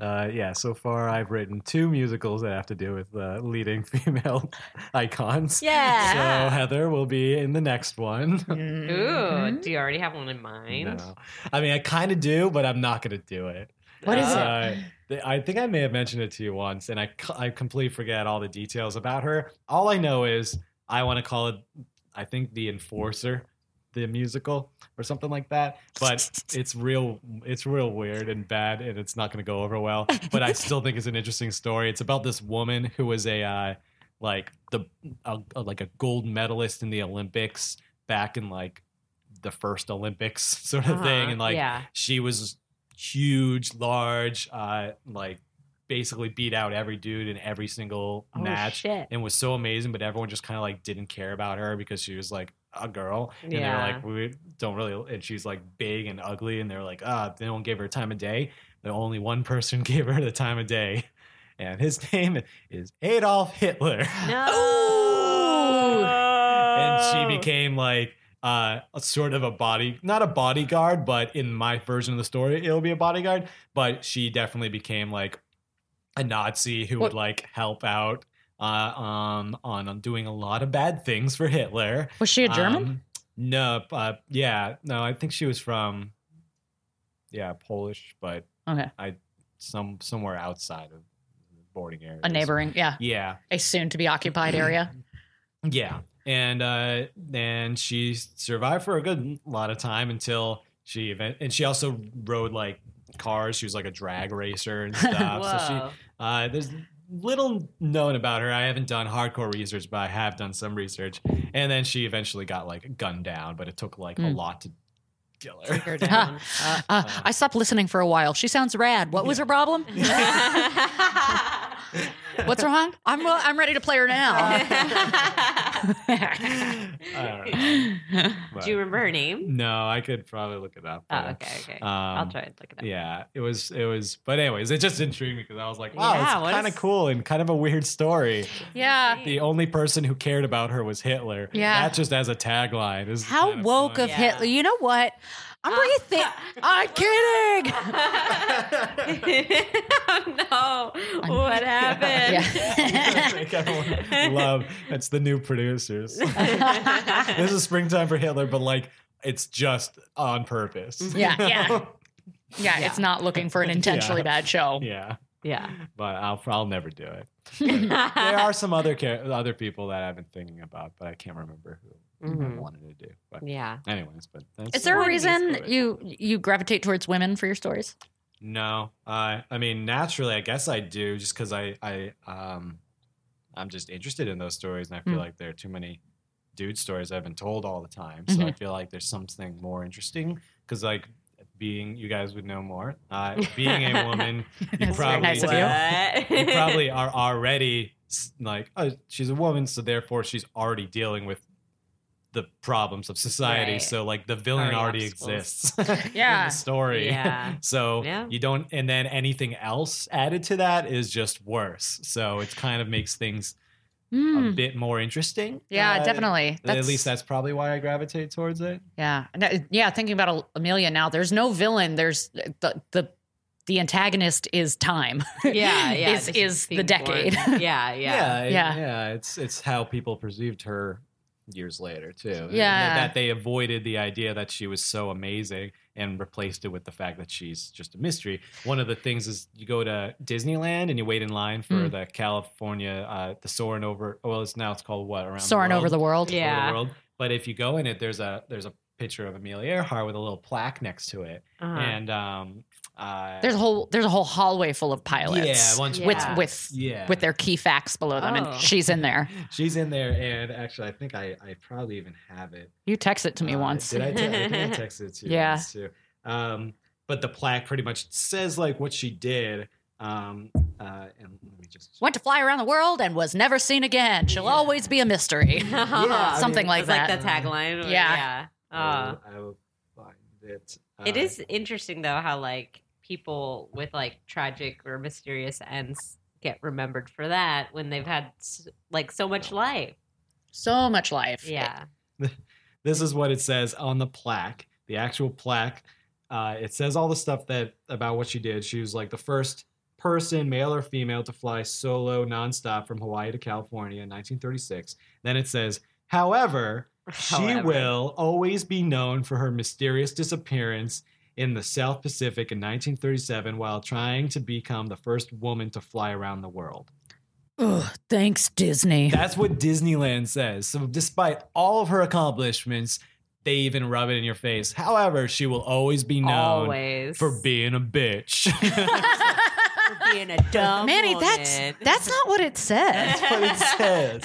Speaker 4: uh, yeah, so far I've written two musicals that have to do with uh, leading *laughs* female icons. So
Speaker 3: Yeah.
Speaker 4: Heather will be in the next one.
Speaker 3: *laughs* Ooh, do you already have one in mind?
Speaker 4: No. I mean, I kind of do, but I'm not going to do it.
Speaker 5: What is it?
Speaker 4: Uh, th- I think I may have mentioned it to you once, and I, c- I completely forget all the details about her. All I know is I want to call it, I think, The Enforcer, the musical, or something like that. But it's real, it's real weird and bad, and it's not going to go over well. But I still think it's an interesting story. It's about this woman who was a uh, like the a, a- like a gold medalist in the Olympics back in like the first Olympics *laughs* sort of thing,
Speaker 3: Uh-huh,
Speaker 4: and like
Speaker 3: yeah.
Speaker 4: she was huge, large, uh, like basically beat out every dude in every single
Speaker 3: Oh,
Speaker 4: match
Speaker 3: shit.
Speaker 4: and was so amazing, but everyone just kind of like didn't care about her because she was like a girl. And
Speaker 3: Yeah.
Speaker 4: they're like, we don't really, and she's like big and ugly. And they're like, ah, they don't give her time of day. The only one person *laughs* gave her the time of day. And his *laughs* name is Adolf Hitler.
Speaker 5: *laughs*
Speaker 4: *laughs*
Speaker 3: Ooh.
Speaker 5: Oh.
Speaker 4: And she became like, uh, a sort of a body, not a bodyguard, but in my version of the story, it'll be a bodyguard. But she definitely became like a Nazi who
Speaker 5: What-
Speaker 4: would like help out uh, um, on, on doing a lot of bad things for Hitler.
Speaker 5: *laughs* Was she a German?
Speaker 4: Um, no, uh, yeah, no. I think she was from, yeah, Polish, but
Speaker 5: Okay.
Speaker 4: I some somewhere outside of the boarding area.
Speaker 5: a neighboring, yeah,
Speaker 4: Yeah, *clears throat*
Speaker 5: a soon to be occupied area.
Speaker 4: yeah. and uh, and she survived for a good lot of time until she event. And she also rode like cars. She was like a drag racer
Speaker 3: *laughs*
Speaker 4: and stuff. so she *laughs*
Speaker 5: Whoa.
Speaker 4: uh, there's little known about her. I haven't done hardcore research, but I have done some research. And then she eventually got like gunned down, but it took like a
Speaker 5: Hmm.
Speaker 4: lot to kill her. *laughs*
Speaker 3: Trigger down.
Speaker 5: Uh, I stopped listening for a while. She sounds rad. What was her problem?
Speaker 3: *laughs*
Speaker 5: What's wrong? I'm well, I'm ready to play her *laughs* now.
Speaker 4: I don't know. But-
Speaker 3: Do you remember her name?
Speaker 4: No, I could probably look it up.
Speaker 3: Oh,
Speaker 4: but,
Speaker 3: okay, okay.
Speaker 4: um,
Speaker 3: I'll try and look it up.
Speaker 4: Yeah, it was, it was, but anyways, it just intrigued me because I was like, wow,
Speaker 3: Yeah, what
Speaker 4: it's kind of
Speaker 3: is-
Speaker 4: cool and kind of a weird story.
Speaker 3: Uh,
Speaker 5: yeah.
Speaker 4: The only person who cared about her was Hitler.
Speaker 5: Yeah.
Speaker 4: That just as a tagline is
Speaker 5: How
Speaker 4: kinda
Speaker 5: woke
Speaker 4: fun.
Speaker 5: of
Speaker 3: Yeah.
Speaker 5: *laughs* Hitler. You know what? I'm bringing thi- *laughs* I'm
Speaker 3: *laughs*
Speaker 5: kidding.
Speaker 3: oh no!
Speaker 5: *laughs*
Speaker 3: What
Speaker 5: Yeah.
Speaker 3: happened?
Speaker 4: Make
Speaker 3: *laughs*
Speaker 4: everyone *laughs* love. That's the new producers. this is springtime for Hitler, but like it's just on purpose.
Speaker 5: Mm-hmm. Yeah, yeah. Yeah, it's not looking for an intentionally
Speaker 4: Yeah.
Speaker 5: bad show.
Speaker 4: *laughs* yeah.
Speaker 3: yeah.
Speaker 4: But I'll I'll never do it. There are some other char- other people that I've been thinking about, but I can't remember who
Speaker 3: Mhm.
Speaker 4: I wanted to do. But
Speaker 3: Yeah.
Speaker 4: anyways, but that's
Speaker 5: Is there a
Speaker 3: One needs
Speaker 5: reason
Speaker 4: to-
Speaker 5: you you gravitate towards women for your stories?
Speaker 4: No, I I mean naturally, I guess I do, just because I I um I'm just interested in those stories, and I feel
Speaker 5: Mm.
Speaker 4: like there are too many dude stories I've been told all the time. So
Speaker 5: Mm-hmm.
Speaker 4: I feel like there's something more interesting because like being you guys would know more.
Speaker 5: *laughs*
Speaker 4: Uh, being a woman, you *laughs*
Speaker 5: That's very
Speaker 4: probably
Speaker 5: nice of you. *laughs*
Speaker 4: you probably are already s- like oh, she's a woman, so therefore she's already dealing with the problems of society.
Speaker 3: Right.
Speaker 4: So like the villain
Speaker 3: Already
Speaker 4: already,
Speaker 3: obstacles.
Speaker 4: exists *laughs*
Speaker 5: *laughs*
Speaker 4: in
Speaker 5: Yeah.
Speaker 4: the
Speaker 3: *laughs*
Speaker 4: story. *laughs*
Speaker 3: Yeah.
Speaker 4: So
Speaker 3: Yeah.
Speaker 4: you don't, and then anything else added to that is just worse. So it kind of makes things a
Speaker 5: Hmm.
Speaker 4: bit more interesting.
Speaker 5: Yeah,
Speaker 4: um, Uh,
Speaker 5: definitely.
Speaker 4: At least that's probably why I gravitate towards it.
Speaker 5: Yeah, No, yeah. Thinking about Al- Amelia now, there's no villain. There's uh, the the the antagonist is time.
Speaker 3: Yeah, yeah.
Speaker 5: is
Speaker 3: this
Speaker 5: is the
Speaker 3: being
Speaker 5: decade. *laughs*
Speaker 3: born. Yeah, yeah.
Speaker 4: it-
Speaker 5: Yeah.
Speaker 4: yeah. It's it's how people perceived her years later too. And that-
Speaker 5: Yeah.
Speaker 4: that they avoided the idea that she was so amazing and replaced it with the fact that she's just a mystery. One of the things is you go to Disneyland and you wait in line for
Speaker 5: Mm.
Speaker 4: the California uh, the soaring over. Well, it's now it's called what around
Speaker 5: Soaring over the world.
Speaker 3: Yeah.
Speaker 4: over the world. But if you go in it, there's a there's a picture of Amelia Earhart with a little plaque next to it,
Speaker 3: Uh-huh. *laughs*
Speaker 4: and um, uh,
Speaker 5: There's a whole there's a whole hallway full of pilots.
Speaker 4: yeah, once
Speaker 5: with
Speaker 3: Yeah.
Speaker 5: with
Speaker 4: yeah
Speaker 5: with their key facts below them,
Speaker 3: Oh.
Speaker 5: and she's in there.
Speaker 4: *laughs* She's in there, and actually, I think I, I probably even have it.
Speaker 5: You text it to me
Speaker 4: Uh,
Speaker 5: once.
Speaker 4: Did I, te- I
Speaker 5: *laughs*
Speaker 4: think I texted it to you
Speaker 5: Yeah.
Speaker 4: once too. Um, but the plaque pretty much says like what she did. Um, uh, and let me just.
Speaker 5: Went to fly around the world and was never seen again. She'll
Speaker 4: Yeah.
Speaker 5: always be a mystery.
Speaker 4: Yeah, Oh. I
Speaker 5: Something
Speaker 4: mean,
Speaker 5: like
Speaker 3: It's like
Speaker 5: that.
Speaker 3: the tagline. or-
Speaker 5: Yeah.
Speaker 3: yeah.
Speaker 4: I
Speaker 3: Uh,
Speaker 4: will, I will find it.
Speaker 3: it
Speaker 4: Uh,
Speaker 3: is interesting though how like people with like tragic or mysterious ends get remembered for that when they've had s- like so much life.
Speaker 5: *laughs* so much life.
Speaker 3: Yeah.
Speaker 4: This is what it says on the plaque. The actual plaque. Uh, it says all the stuff that about what she did. She was like the first person, male or female, to fly solo nonstop from Hawaii to California in 1936. Then it says, however, She
Speaker 3: However.
Speaker 4: will always be known for her mysterious disappearance in the South Pacific in 1937 while trying to become the first woman to fly around the world.
Speaker 5: Ugh, thanks,
Speaker 3: *laughs*
Speaker 5: Disney.
Speaker 4: That's what Disneyland says. So, despite all of her accomplishments, they even rub it in your face. However, she will always be known
Speaker 3: always
Speaker 4: for *laughs* being
Speaker 3: *laughs*
Speaker 4: a bitch.
Speaker 3: for being a dumb
Speaker 5: Manny, that's
Speaker 3: woman.
Speaker 5: that's *laughs* not what it
Speaker 3: *laughs*
Speaker 5: says.
Speaker 4: That's what it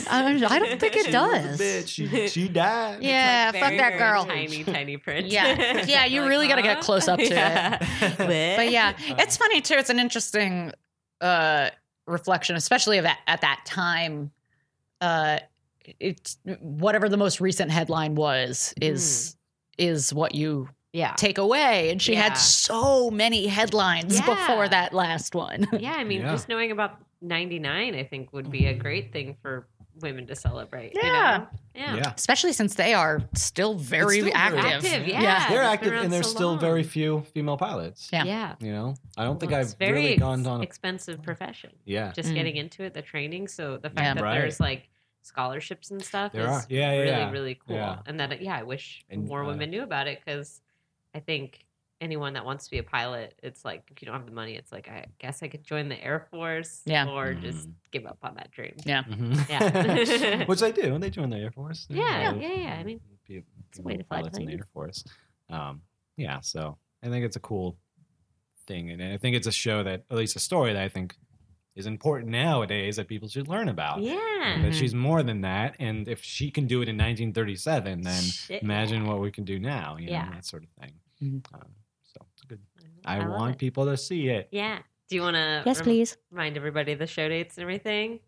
Speaker 4: says.
Speaker 5: I, I don't think it
Speaker 4: She was
Speaker 5: does.
Speaker 4: a bitch.
Speaker 3: *laughs*
Speaker 4: She, she died.
Speaker 5: Yeah,
Speaker 3: Like,
Speaker 5: fuck
Speaker 3: very,
Speaker 5: that
Speaker 3: very *laughs*
Speaker 5: girl.
Speaker 3: Tiny, tiny print.
Speaker 5: Yeah. Yeah, you
Speaker 3: Like,
Speaker 5: really gotta get
Speaker 3: huh?
Speaker 5: close up to it.
Speaker 3: it. *laughs*
Speaker 5: but yeah,
Speaker 3: Uh-huh.
Speaker 4: Uh,
Speaker 5: it's funny too. It's an interesting uh, reflection, especially of at, at that time. Uh, it's whatever the most recent headline was is is what you
Speaker 3: yeah,
Speaker 5: take away, and she
Speaker 3: Mm-hmm. Yeah.
Speaker 5: had so many headlines
Speaker 3: Yeah.
Speaker 5: before that last one.
Speaker 3: yeah. I mean,
Speaker 4: Yeah.
Speaker 3: just knowing about '99, I think would be a great thing for women to celebrate. you
Speaker 5: Yeah.
Speaker 3: know? yeah,
Speaker 4: yeah.
Speaker 5: Especially since they are still very
Speaker 4: still very
Speaker 5: active.
Speaker 3: Active, yeah.
Speaker 5: Yeah.
Speaker 4: They're
Speaker 3: It's been
Speaker 4: active,
Speaker 3: around
Speaker 4: and there's
Speaker 3: so
Speaker 4: still
Speaker 3: long.
Speaker 4: very few female pilots.
Speaker 5: Yeah.
Speaker 3: Yeah.
Speaker 4: You know, I don't think
Speaker 3: Well,
Speaker 4: I've
Speaker 3: it's very
Speaker 4: really gone
Speaker 3: ex-
Speaker 4: on. A,
Speaker 3: expensive profession.
Speaker 4: yeah,
Speaker 3: Just
Speaker 5: Mm.
Speaker 3: getting into it, the training. So the fact
Speaker 5: Yeah.
Speaker 3: that
Speaker 4: Right.
Speaker 3: there's like scholarships and stuff
Speaker 4: there
Speaker 3: is
Speaker 4: are. Yeah, yeah,
Speaker 3: really
Speaker 4: yeah.
Speaker 3: really cool
Speaker 4: Yeah.
Speaker 3: and that yeah i wish
Speaker 4: And,
Speaker 3: more
Speaker 4: uh,
Speaker 3: women knew about it because i think anyone that wants to be a pilot, it's like if you don't have the money, it's like I guess I could join the Air Force
Speaker 5: Yeah.
Speaker 3: or just
Speaker 4: Mm-hmm.
Speaker 3: give up on that dream.
Speaker 5: Yeah.
Speaker 4: Mhm.
Speaker 3: Yeah.
Speaker 4: Which they do when they join the Air Force. They're
Speaker 3: Yeah,
Speaker 4: all-
Speaker 3: yeah, yeah. I mean,
Speaker 4: be- be
Speaker 3: it's a way to fly
Speaker 4: pilots in the
Speaker 3: planes.
Speaker 4: Air Force. Um, yeah, so I think it's a cool thing, and I think it's a show that, at least a story that I think is important nowadays that people should learn about. And
Speaker 3: Yeah. Mm-hmm.
Speaker 4: That she's more than that, and if she can do it in 1937, then
Speaker 3: Shit.
Speaker 4: imagine what we can do now. You
Speaker 3: Yeah. Mm-hmm.
Speaker 4: know, that sort of thing.
Speaker 5: Mhm.
Speaker 4: Um, so it's good.
Speaker 3: I
Speaker 4: I,
Speaker 3: love
Speaker 4: want
Speaker 3: it.
Speaker 4: people to see it.
Speaker 3: Yeah. Do you want to
Speaker 5: Yes, please.
Speaker 3: remind everybody the show dates and everything?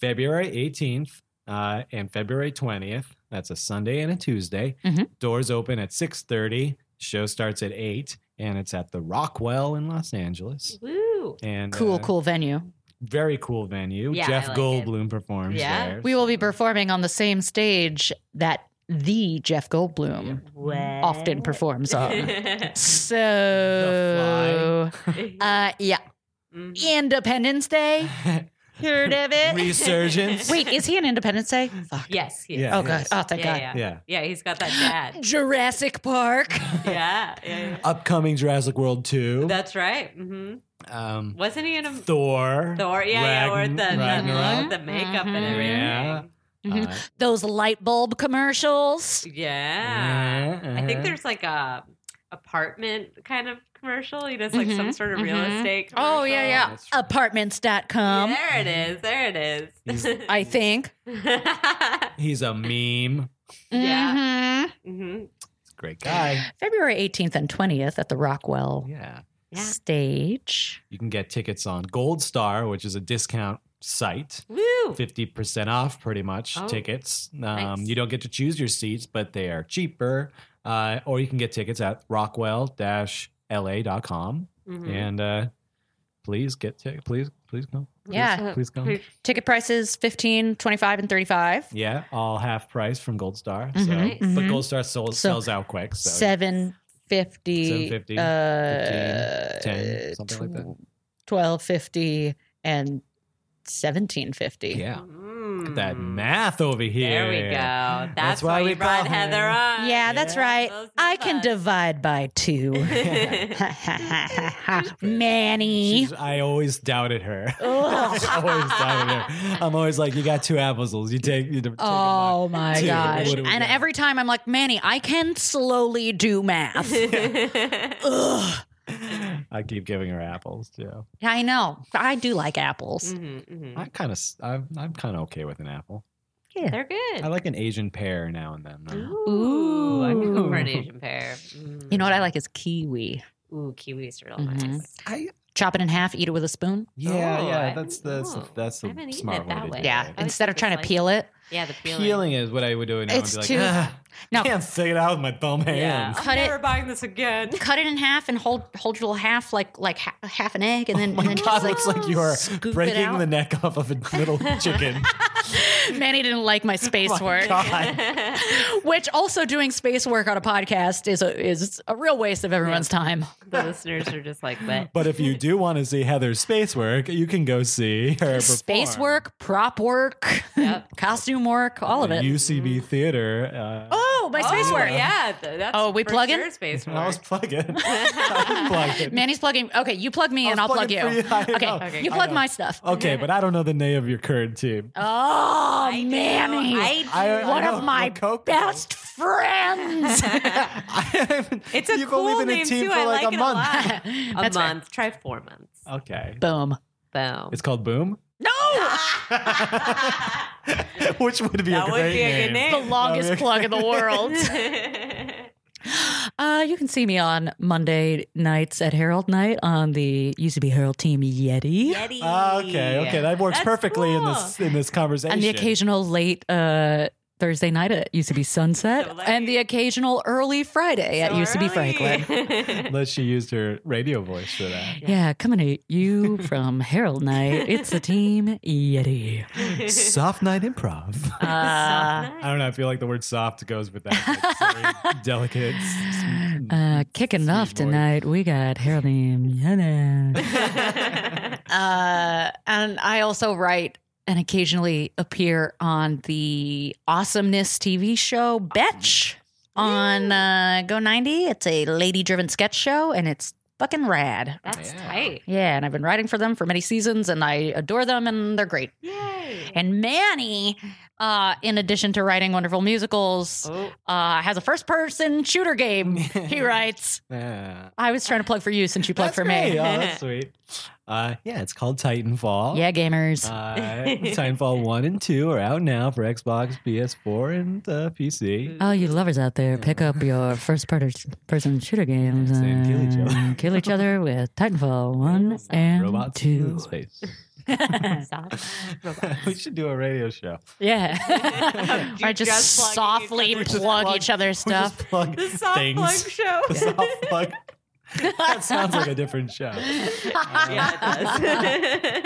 Speaker 4: February 18th uh, and February 20th. That's a Sunday and a Tuesday.
Speaker 3: Mm-hmm.
Speaker 5: Mhm.
Speaker 4: Doors open at 6:30. Show starts at 8 and it's at the Rockwell in Los Angeles.
Speaker 3: Woo.
Speaker 4: And
Speaker 5: Cool,
Speaker 4: uh,
Speaker 5: cool venue.
Speaker 4: Very cool venue.
Speaker 3: Yeah, I
Speaker 4: Jeff
Speaker 3: like it.
Speaker 4: Goldblum performs
Speaker 3: Yeah.
Speaker 4: there. *laughs*
Speaker 5: We will be
Speaker 4: so-
Speaker 5: performing on the same stage that the Jeff Goldblum
Speaker 3: *laughs*
Speaker 5: often *laughs* Uh, performs on. So, uh, yeah,
Speaker 3: Mhm.
Speaker 5: Independence Day. Heard of it?
Speaker 4: Resurgence.
Speaker 5: Wait, is he an Independence Day? Fuck.
Speaker 3: Yes. he is.
Speaker 4: Yeah.
Speaker 5: Oh god.
Speaker 4: yes.
Speaker 5: Oh thank
Speaker 3: yeah,
Speaker 5: God.
Speaker 3: yeah.
Speaker 4: Yeah.
Speaker 3: Yeah, he's got that
Speaker 5: *laughs*
Speaker 3: dad.
Speaker 5: Jurassic Park.
Speaker 3: yeah, yeah, yeah.
Speaker 4: Upcoming Jurassic World 2.
Speaker 3: That's right. hmm
Speaker 4: um,
Speaker 3: Wasn't he in a
Speaker 4: Thor.
Speaker 3: Thor? Yeah, yeah, or
Speaker 4: Ragn-
Speaker 3: the,
Speaker 4: Ragnarok.
Speaker 5: Uh-huh.
Speaker 3: the, the makeup and
Speaker 5: Mhm.
Speaker 3: everything.
Speaker 5: Mhm.
Speaker 4: Uh,
Speaker 5: Those light bulb commercials.
Speaker 3: Yeah. Mm-hmm. Ah, I think
Speaker 4: uh-huh.
Speaker 3: there's like a apartment kind of commercial. He does like some
Speaker 5: Mhm,
Speaker 3: sort of real
Speaker 5: mhm.
Speaker 3: estate commercial.
Speaker 5: Oh, yeah, yeah.
Speaker 4: That's right.
Speaker 5: Apartments.com.
Speaker 3: There it is. There it is. *laughs*
Speaker 4: He's-
Speaker 5: I think.
Speaker 4: He's
Speaker 3: *laughs*
Speaker 4: a meme.
Speaker 3: Yeah.
Speaker 5: Mhm.
Speaker 3: hmm
Speaker 4: Great guy.
Speaker 5: February 18th and 20th at the Rockwell
Speaker 4: Yeah.
Speaker 3: Yeah.
Speaker 5: stage.
Speaker 4: You can get tickets on Gold Star, which is a discount site.
Speaker 3: Woo.
Speaker 4: 50% off pretty much
Speaker 3: Oh,
Speaker 4: tickets. Um,
Speaker 3: nice.
Speaker 4: You don't get to choose your seats, but they are cheaper. Uh, or you can get tickets at rockwell la.com.
Speaker 5: Mm-hmm.
Speaker 3: Mhm.
Speaker 4: And uh, please get tickets. Please, please come.
Speaker 5: Yeah.
Speaker 4: Please come.
Speaker 3: Please.
Speaker 5: Ticket prices 15, 25 and 35.
Speaker 4: Yeah, all half price from Gold Star.
Speaker 3: Mm-hmm.
Speaker 4: So,
Speaker 5: Mhm,
Speaker 4: But
Speaker 5: mhm.
Speaker 4: Gold Star sold,
Speaker 5: So,
Speaker 4: sells out quick. So
Speaker 5: Seven fifty,
Speaker 4: 750,
Speaker 5: uh,
Speaker 4: 10, something like that.
Speaker 5: Twelve fifty and seventeen fifty.
Speaker 4: yeah.
Speaker 3: Mm.
Speaker 4: Look at that math over here.
Speaker 3: There we go. That's,
Speaker 4: why
Speaker 3: why,
Speaker 4: we
Speaker 3: we brought
Speaker 4: call
Speaker 3: Heather
Speaker 4: her.
Speaker 3: on.
Speaker 5: Yeah, that's
Speaker 3: Yeah.
Speaker 5: right.
Speaker 3: Those
Speaker 5: I
Speaker 3: of
Speaker 5: can
Speaker 3: us.
Speaker 5: divide by
Speaker 3: *laughs*
Speaker 5: two.
Speaker 4: *laughs*
Speaker 5: *laughs* Manny.
Speaker 4: She's- I always doubted her.
Speaker 3: Oh,
Speaker 5: Ugh.
Speaker 4: I always doubted her. I'm always like, you got two apples. You take. You take a lot."
Speaker 5: Oh my
Speaker 4: Two.
Speaker 5: gosh.
Speaker 4: What do we
Speaker 5: And
Speaker 4: got?
Speaker 5: every time I'm like, Manny, I can slowly
Speaker 3: *laughs*
Speaker 5: do math.
Speaker 4: *laughs*
Speaker 5: Ugh.
Speaker 4: I keep giving her apples too.
Speaker 5: I know. I do like apples.
Speaker 3: Mhm, mhm.
Speaker 4: I'm kind of. I'm, I'm kind of okay with an apple.
Speaker 3: They're good.
Speaker 4: I like an Asian pear now and then. though.
Speaker 3: Ooh, I could go for an
Speaker 4: Ooh.
Speaker 3: Asian pear. Mm.
Speaker 5: You know what I like is kiwi.
Speaker 3: Ooh, kiwis are real
Speaker 5: Mhm.
Speaker 3: nice.
Speaker 4: I.
Speaker 5: Chop it in half, eat it with a spoon.
Speaker 4: Yeah,
Speaker 3: Oh,
Speaker 4: yeah.
Speaker 3: I
Speaker 4: That's the
Speaker 3: don't
Speaker 4: that's the,
Speaker 3: know.
Speaker 4: that's
Speaker 3: I
Speaker 4: the
Speaker 3: haven't eaten
Speaker 4: smart
Speaker 3: it
Speaker 4: way
Speaker 3: that
Speaker 4: to do
Speaker 3: way.
Speaker 4: it.
Speaker 3: I
Speaker 5: Yeah.
Speaker 3: was
Speaker 5: Instead of
Speaker 3: just
Speaker 5: trying to
Speaker 3: like-
Speaker 5: peel it,
Speaker 3: Yeah, the peeling.
Speaker 4: Peeling is what I would do now.
Speaker 5: It's
Speaker 4: and be
Speaker 5: too-
Speaker 4: like, "Ah,
Speaker 5: No.
Speaker 4: can't figure it out with my bum
Speaker 3: Yeah.
Speaker 4: hands.
Speaker 3: *laughs*
Speaker 4: *laughs*
Speaker 5: Cut
Speaker 3: I'm
Speaker 5: it.
Speaker 3: never buying this again. *laughs*
Speaker 5: cut it in half and hold hold your little half like like ha- half an egg, and then
Speaker 4: Oh my
Speaker 5: and then
Speaker 4: god,
Speaker 5: just like
Speaker 4: looks like you are
Speaker 5: scoop it
Speaker 4: breaking
Speaker 5: out.
Speaker 4: the neck off of a
Speaker 3: *laughs*
Speaker 4: little chicken.
Speaker 5: Manny didn't
Speaker 4: *laughs*
Speaker 5: like my space
Speaker 4: Oh My
Speaker 5: work.
Speaker 4: God.
Speaker 5: Which also doing space work on a podcast is a is a real waste of everyone's time.
Speaker 3: the listeners are just like,
Speaker 5: *gasps*
Speaker 3: but
Speaker 4: But if you do want to see Heather's space work, you can go see her
Speaker 5: Space
Speaker 4: perform
Speaker 5: work, prop work,
Speaker 3: Yep.
Speaker 5: *laughs* costume work, all of
Speaker 4: at
Speaker 5: it.
Speaker 4: UCB Theater. Uh,
Speaker 5: oh, my space
Speaker 3: Mm-hmm. Oh,
Speaker 5: work.
Speaker 3: Yeah, th- that's
Speaker 5: Oh, we
Speaker 3: for
Speaker 5: plugging?
Speaker 3: sure space
Speaker 4: I was
Speaker 3: work.
Speaker 4: plugging.
Speaker 3: *laughs*
Speaker 4: *laughs* I was plugging.
Speaker 5: Manny's plugging. Okay, you plug me
Speaker 4: I
Speaker 5: and
Speaker 4: was
Speaker 5: I'll plug you.
Speaker 4: plugging for you. I
Speaker 5: Okay,
Speaker 4: know.
Speaker 5: you
Speaker 4: I
Speaker 5: plug
Speaker 4: know. Oh.
Speaker 5: my stuff.
Speaker 4: Okay, but I don't know the name of your current team.
Speaker 5: Oh,
Speaker 3: I do,
Speaker 5: Manny,
Speaker 3: I do.
Speaker 4: I- I
Speaker 5: one
Speaker 4: know,
Speaker 5: of my
Speaker 4: Rococo.
Speaker 5: best *laughs* friends.
Speaker 4: *laughs* I haven't-
Speaker 3: It's a
Speaker 4: You've
Speaker 3: cool
Speaker 4: only been
Speaker 3: name
Speaker 4: a team
Speaker 3: too.
Speaker 4: for
Speaker 3: I
Speaker 4: like
Speaker 3: like
Speaker 4: a
Speaker 3: it
Speaker 4: month.
Speaker 5: *laughs*
Speaker 3: lot. A
Speaker 5: That's fair.
Speaker 3: month. Try four months.
Speaker 4: *laughs* Okay.
Speaker 5: Boom.
Speaker 3: Boom.
Speaker 4: It's called
Speaker 3: *laughs*
Speaker 4: Boom? *laughs*
Speaker 5: No,
Speaker 4: Which would be a
Speaker 3: That
Speaker 4: great
Speaker 3: would be a good
Speaker 5: the *laughs*
Speaker 3: name.
Speaker 5: longest plug in the world. *laughs* Uh, you can see me on Monday nights at Herald Night on the UCB Herald team Yeti,
Speaker 3: Yeti.
Speaker 4: Ah, *laughs* okay, okay, that works
Speaker 3: That's
Speaker 4: perfectly in
Speaker 3: cool.
Speaker 4: this in this conversation.
Speaker 5: and the occasional late uh, Thursday night at UCB Sunset,
Speaker 3: So late.
Speaker 5: and the occasional early Friday at
Speaker 3: So
Speaker 5: UCB
Speaker 3: early.
Speaker 4: *laughs*
Speaker 5: Franklin.
Speaker 4: Unless she used her radio voice
Speaker 3: *laughs*
Speaker 4: for that.
Speaker 5: Yeah, coming at *laughs* you from Herald Night. It's the team *laughs* Yeti.
Speaker 3: *laughs*
Speaker 4: Soft night improv.
Speaker 5: Uh,
Speaker 4: I don't know. I feel like the word soft goes with that. Like, very delicate. s- s-
Speaker 5: uh, kicking
Speaker 4: sweet
Speaker 5: off
Speaker 4: voice.
Speaker 5: tonight, we got Herald team Yeti. Uh, and I also write and occasionally appear on the awesomeness TV show Betch on uh, Go 90. It's a lady driven sketch show and it's fucking rad.
Speaker 3: That's
Speaker 4: Yeah.
Speaker 3: tight.
Speaker 5: Yeah, and I've been writing for them for many seasons and I adore them and they're great.
Speaker 3: Yay.
Speaker 5: And Manny, uh, in addition to writing wonderful musicals,
Speaker 4: Oh.
Speaker 5: uh, has a first person shooter game. he writes,
Speaker 4: Yeah.
Speaker 5: I was trying to plug for you since you plugged
Speaker 4: That's
Speaker 5: for
Speaker 4: great.
Speaker 5: me.
Speaker 4: Oh, that's sweet. Uh, yeah, it's called Titanfall.
Speaker 5: Yeah, gamers.
Speaker 4: Uh, Titanfall 1 and 2 are out now for Xbox, PS4, and uh, PC.
Speaker 5: Oh,
Speaker 4: *laughs*
Speaker 5: you lovers out there, pick up your first person shooter games
Speaker 4: Yes, and kill each other.
Speaker 5: *laughs*
Speaker 4: and
Speaker 5: kill
Speaker 4: *laughs*
Speaker 5: each other with Titanfall 1 and
Speaker 4: Robots in space. *laughs*
Speaker 3: Stop.
Speaker 4: we should do a radio show. *laughs*
Speaker 5: yeah. *laughs*
Speaker 3: You're
Speaker 5: or just,
Speaker 3: just plugging each
Speaker 5: softly
Speaker 4: other.
Speaker 5: plug,
Speaker 4: Just plug-
Speaker 5: each other's
Speaker 4: We just
Speaker 5: stuff.
Speaker 4: plug
Speaker 3: The soft
Speaker 4: things.
Speaker 3: plug show. *laughs*
Speaker 4: The soft plug. *laughs* that
Speaker 5: *laughs*
Speaker 4: sounds *laughs* like a different show.
Speaker 3: yeah, it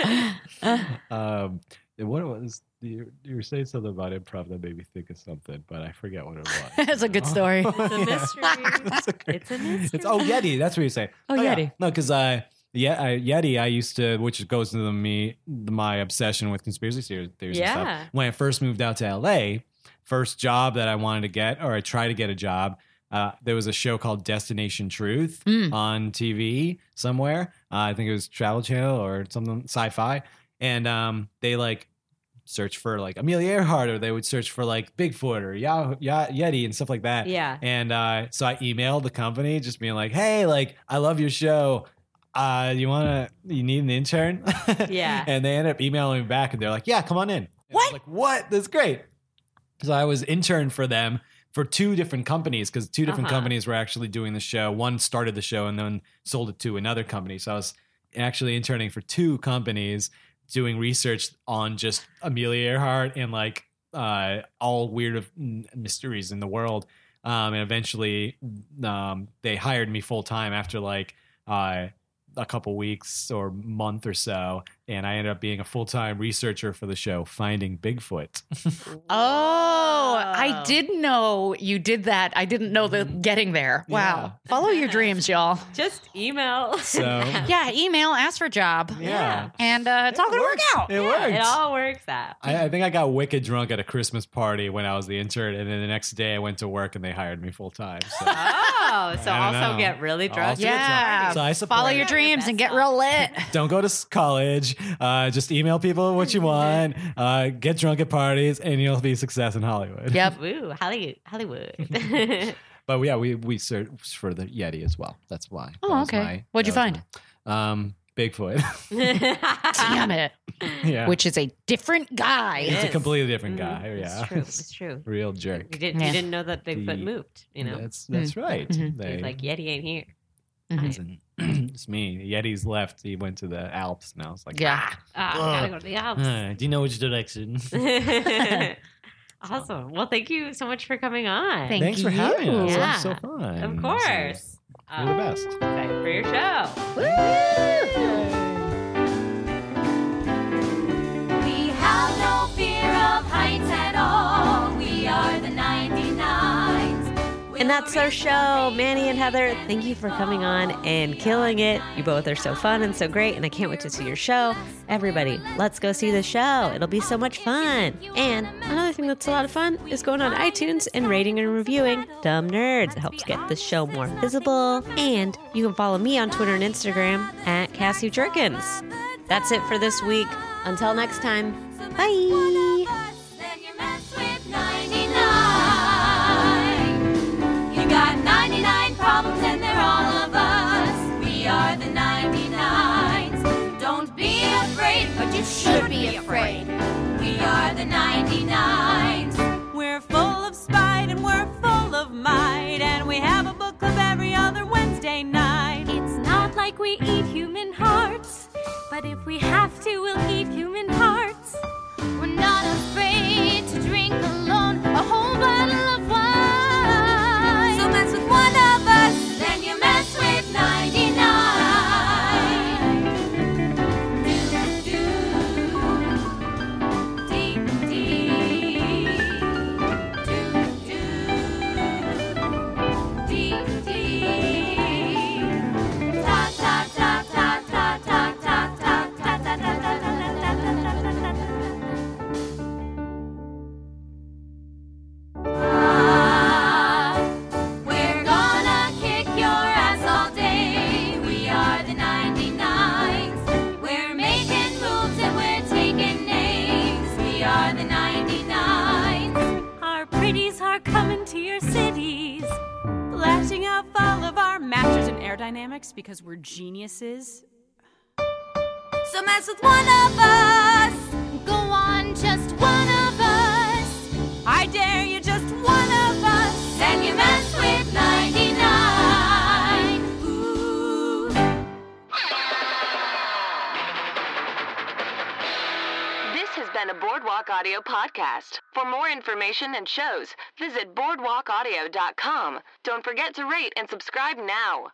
Speaker 3: does.
Speaker 4: Um, what was you, you were saying something about improv that made me think of something, but I forget
Speaker 5: *laughs*
Speaker 4: what it was.
Speaker 5: That's a good story. It's
Speaker 4: *laughs*
Speaker 3: a mystery.
Speaker 4: Oh, That's a great-
Speaker 3: It's a mystery.
Speaker 4: It's oh Yeti. That's what you're saying.
Speaker 5: Oh,
Speaker 4: Yeah.
Speaker 5: Yeti.
Speaker 4: No, because I yeah I, Yeti. I used to, which goes into the, me my obsession with conspiracy theories. theories And
Speaker 3: Yeah.
Speaker 4: stuff. When I first moved out to LA, first job that I wanted to get, or I tried to get a job. Uh, there was a show called Destination Truth
Speaker 5: Mm.
Speaker 4: on TV somewhere. Uh, I think it was Travel Channel or something sci-fi, and um, they like search for like Amelia Earhart, or they would search for like Bigfoot or Yahoo, Yah Yeti and stuff like that.
Speaker 3: Yeah.
Speaker 4: And uh, so I emailed the company just being like, hey, like, I love your show. Uh, you want to, you need an intern? *laughs*
Speaker 3: Yeah.
Speaker 4: and they ended up emailing me back and they're like, yeah, come on in. And I was
Speaker 5: What?
Speaker 4: like, what? That's great. So I was intern for them for two different companies because two different
Speaker 3: Uh-huh.
Speaker 4: companies were actually doing the show. One started the show and then sold it to another company. So I was actually interning for two companies doing research on just Amelia Earhart and like uh, all weird of m- mysteries in the world. Um, and eventually, um, they hired me full time after like uh, a couple weeks or month or so, and I ended up being a full time researcher for the show Finding Bigfoot.
Speaker 5: Oh, I
Speaker 3: Wow.
Speaker 5: did know you did that. I didn't know the getting there. Wow.
Speaker 4: Mm-hmm. Yeah.
Speaker 5: Follow your
Speaker 4: *laughs*
Speaker 5: dreams, y'all.
Speaker 3: Just email. *laughs*
Speaker 4: So
Speaker 5: Yeah, email, ask for a job.
Speaker 4: yeah,
Speaker 5: And uh, it's all going to work out.
Speaker 4: It
Speaker 3: Yeah,
Speaker 4: worked.
Speaker 3: It all works out.
Speaker 4: I, I think I got wicked drunk at a Christmas party when I was the intern, and then the next day I went to work and they hired me full time.
Speaker 5: *laughs*
Speaker 4: So.
Speaker 3: *laughs* Oh, so
Speaker 4: I don't
Speaker 3: also
Speaker 4: know.
Speaker 3: get really drunk.
Speaker 4: Also get
Speaker 5: Yeah.
Speaker 4: drunk. So I support
Speaker 5: Follow
Speaker 4: it.
Speaker 5: your dreams and get real lit.
Speaker 4: don't go to s- college. Uh, just email people what you want. Uh, get drunk at parties, and you'll be success in Hollywood.
Speaker 5: *laughs* Yep.
Speaker 3: Woo, Hollywood. *laughs*
Speaker 4: *laughs*
Speaker 3: Hollywood.
Speaker 4: But yeah, we we searched for the Yeti as well. That's why.
Speaker 5: Oh,
Speaker 4: That was
Speaker 5: okay.
Speaker 4: my-
Speaker 5: What'd you
Speaker 4: that was
Speaker 5: find?
Speaker 4: my- um, Bigfoot. *laughs*
Speaker 5: Damn it.
Speaker 4: yeah,
Speaker 5: Which Mm-hmm. is a different guy.
Speaker 4: it's a
Speaker 3: is.
Speaker 4: completely different guy.
Speaker 3: Mhm.
Speaker 4: Yeah,
Speaker 3: It's true. It's true.
Speaker 4: *laughs* real jerk.
Speaker 3: We didn't,
Speaker 5: Yeah.
Speaker 3: we didn't know that Bigfoot
Speaker 4: The-
Speaker 3: moved, you know?
Speaker 4: that's that's right.
Speaker 5: Mhm.
Speaker 4: They,
Speaker 3: He's like, Yeti ain't here.
Speaker 5: Mhm.
Speaker 4: listen, *clears throat* it's me. Yeti's left. He went to the Alps, and I was like,
Speaker 5: Yeah.
Speaker 3: Ah, gotta go to the
Speaker 4: ah,
Speaker 3: Alps.
Speaker 4: uh, do you know which direction?
Speaker 3: *laughs* awesome. Well, thank you so much for coming on.
Speaker 5: Thank
Speaker 4: Thanks for having us.
Speaker 3: you.
Speaker 4: That was so
Speaker 3: Yeah.
Speaker 4: fun.
Speaker 3: Of
Speaker 4: So-
Speaker 3: course.
Speaker 4: You're the best.
Speaker 3: Excited for your show.
Speaker 6: We have no fear of heights at all. We are the 99s.
Speaker 3: And that's our show. Manny and Heather, thank you for coming on and killing it. You both are so fun and so great, and I can't wait to see your show. Everybody, let's go see the show. It'll be so much fun. And another thing that's a lot of fun is going on iTunes and rating and reviewing Dumb Nerds. It helps get the show more visible. And you can follow me on Twitter and Instagram at Cassie Jerkins. That's it for this week. Until next time, bye.
Speaker 6: Then you mess with 99. You got 99 problems, and they're all of us. We are the 99s. Don't be afraid, but you should be afraid. We are the 99s.
Speaker 7: We're full of spite and we're full of might, and we have a book club every other Wednesday night.
Speaker 6: It's not like we eat human hearts, but if we have to, we'll eat human hearts. We're not afraid to drink alone a whole bottle of wine. So mess with one of us, then you mess with 99. Do, do, dee, dee. Do, do, dee, dee. Ta ta ta ta ta ta ta ta ta ta ta ta ta ta ta ta ta ta ta. Ah,
Speaker 7: air dynamics because we're geniuses.
Speaker 6: So mess with one of us. Go on, just one of us.
Speaker 7: I dare you, just
Speaker 6: One of us. Then you mess with 99. Ooh.
Speaker 2: This has been a Boardwalk Audio podcast. For more information and shows, visit boardwalkaudio.com. Don't forget to rate and subscribe now.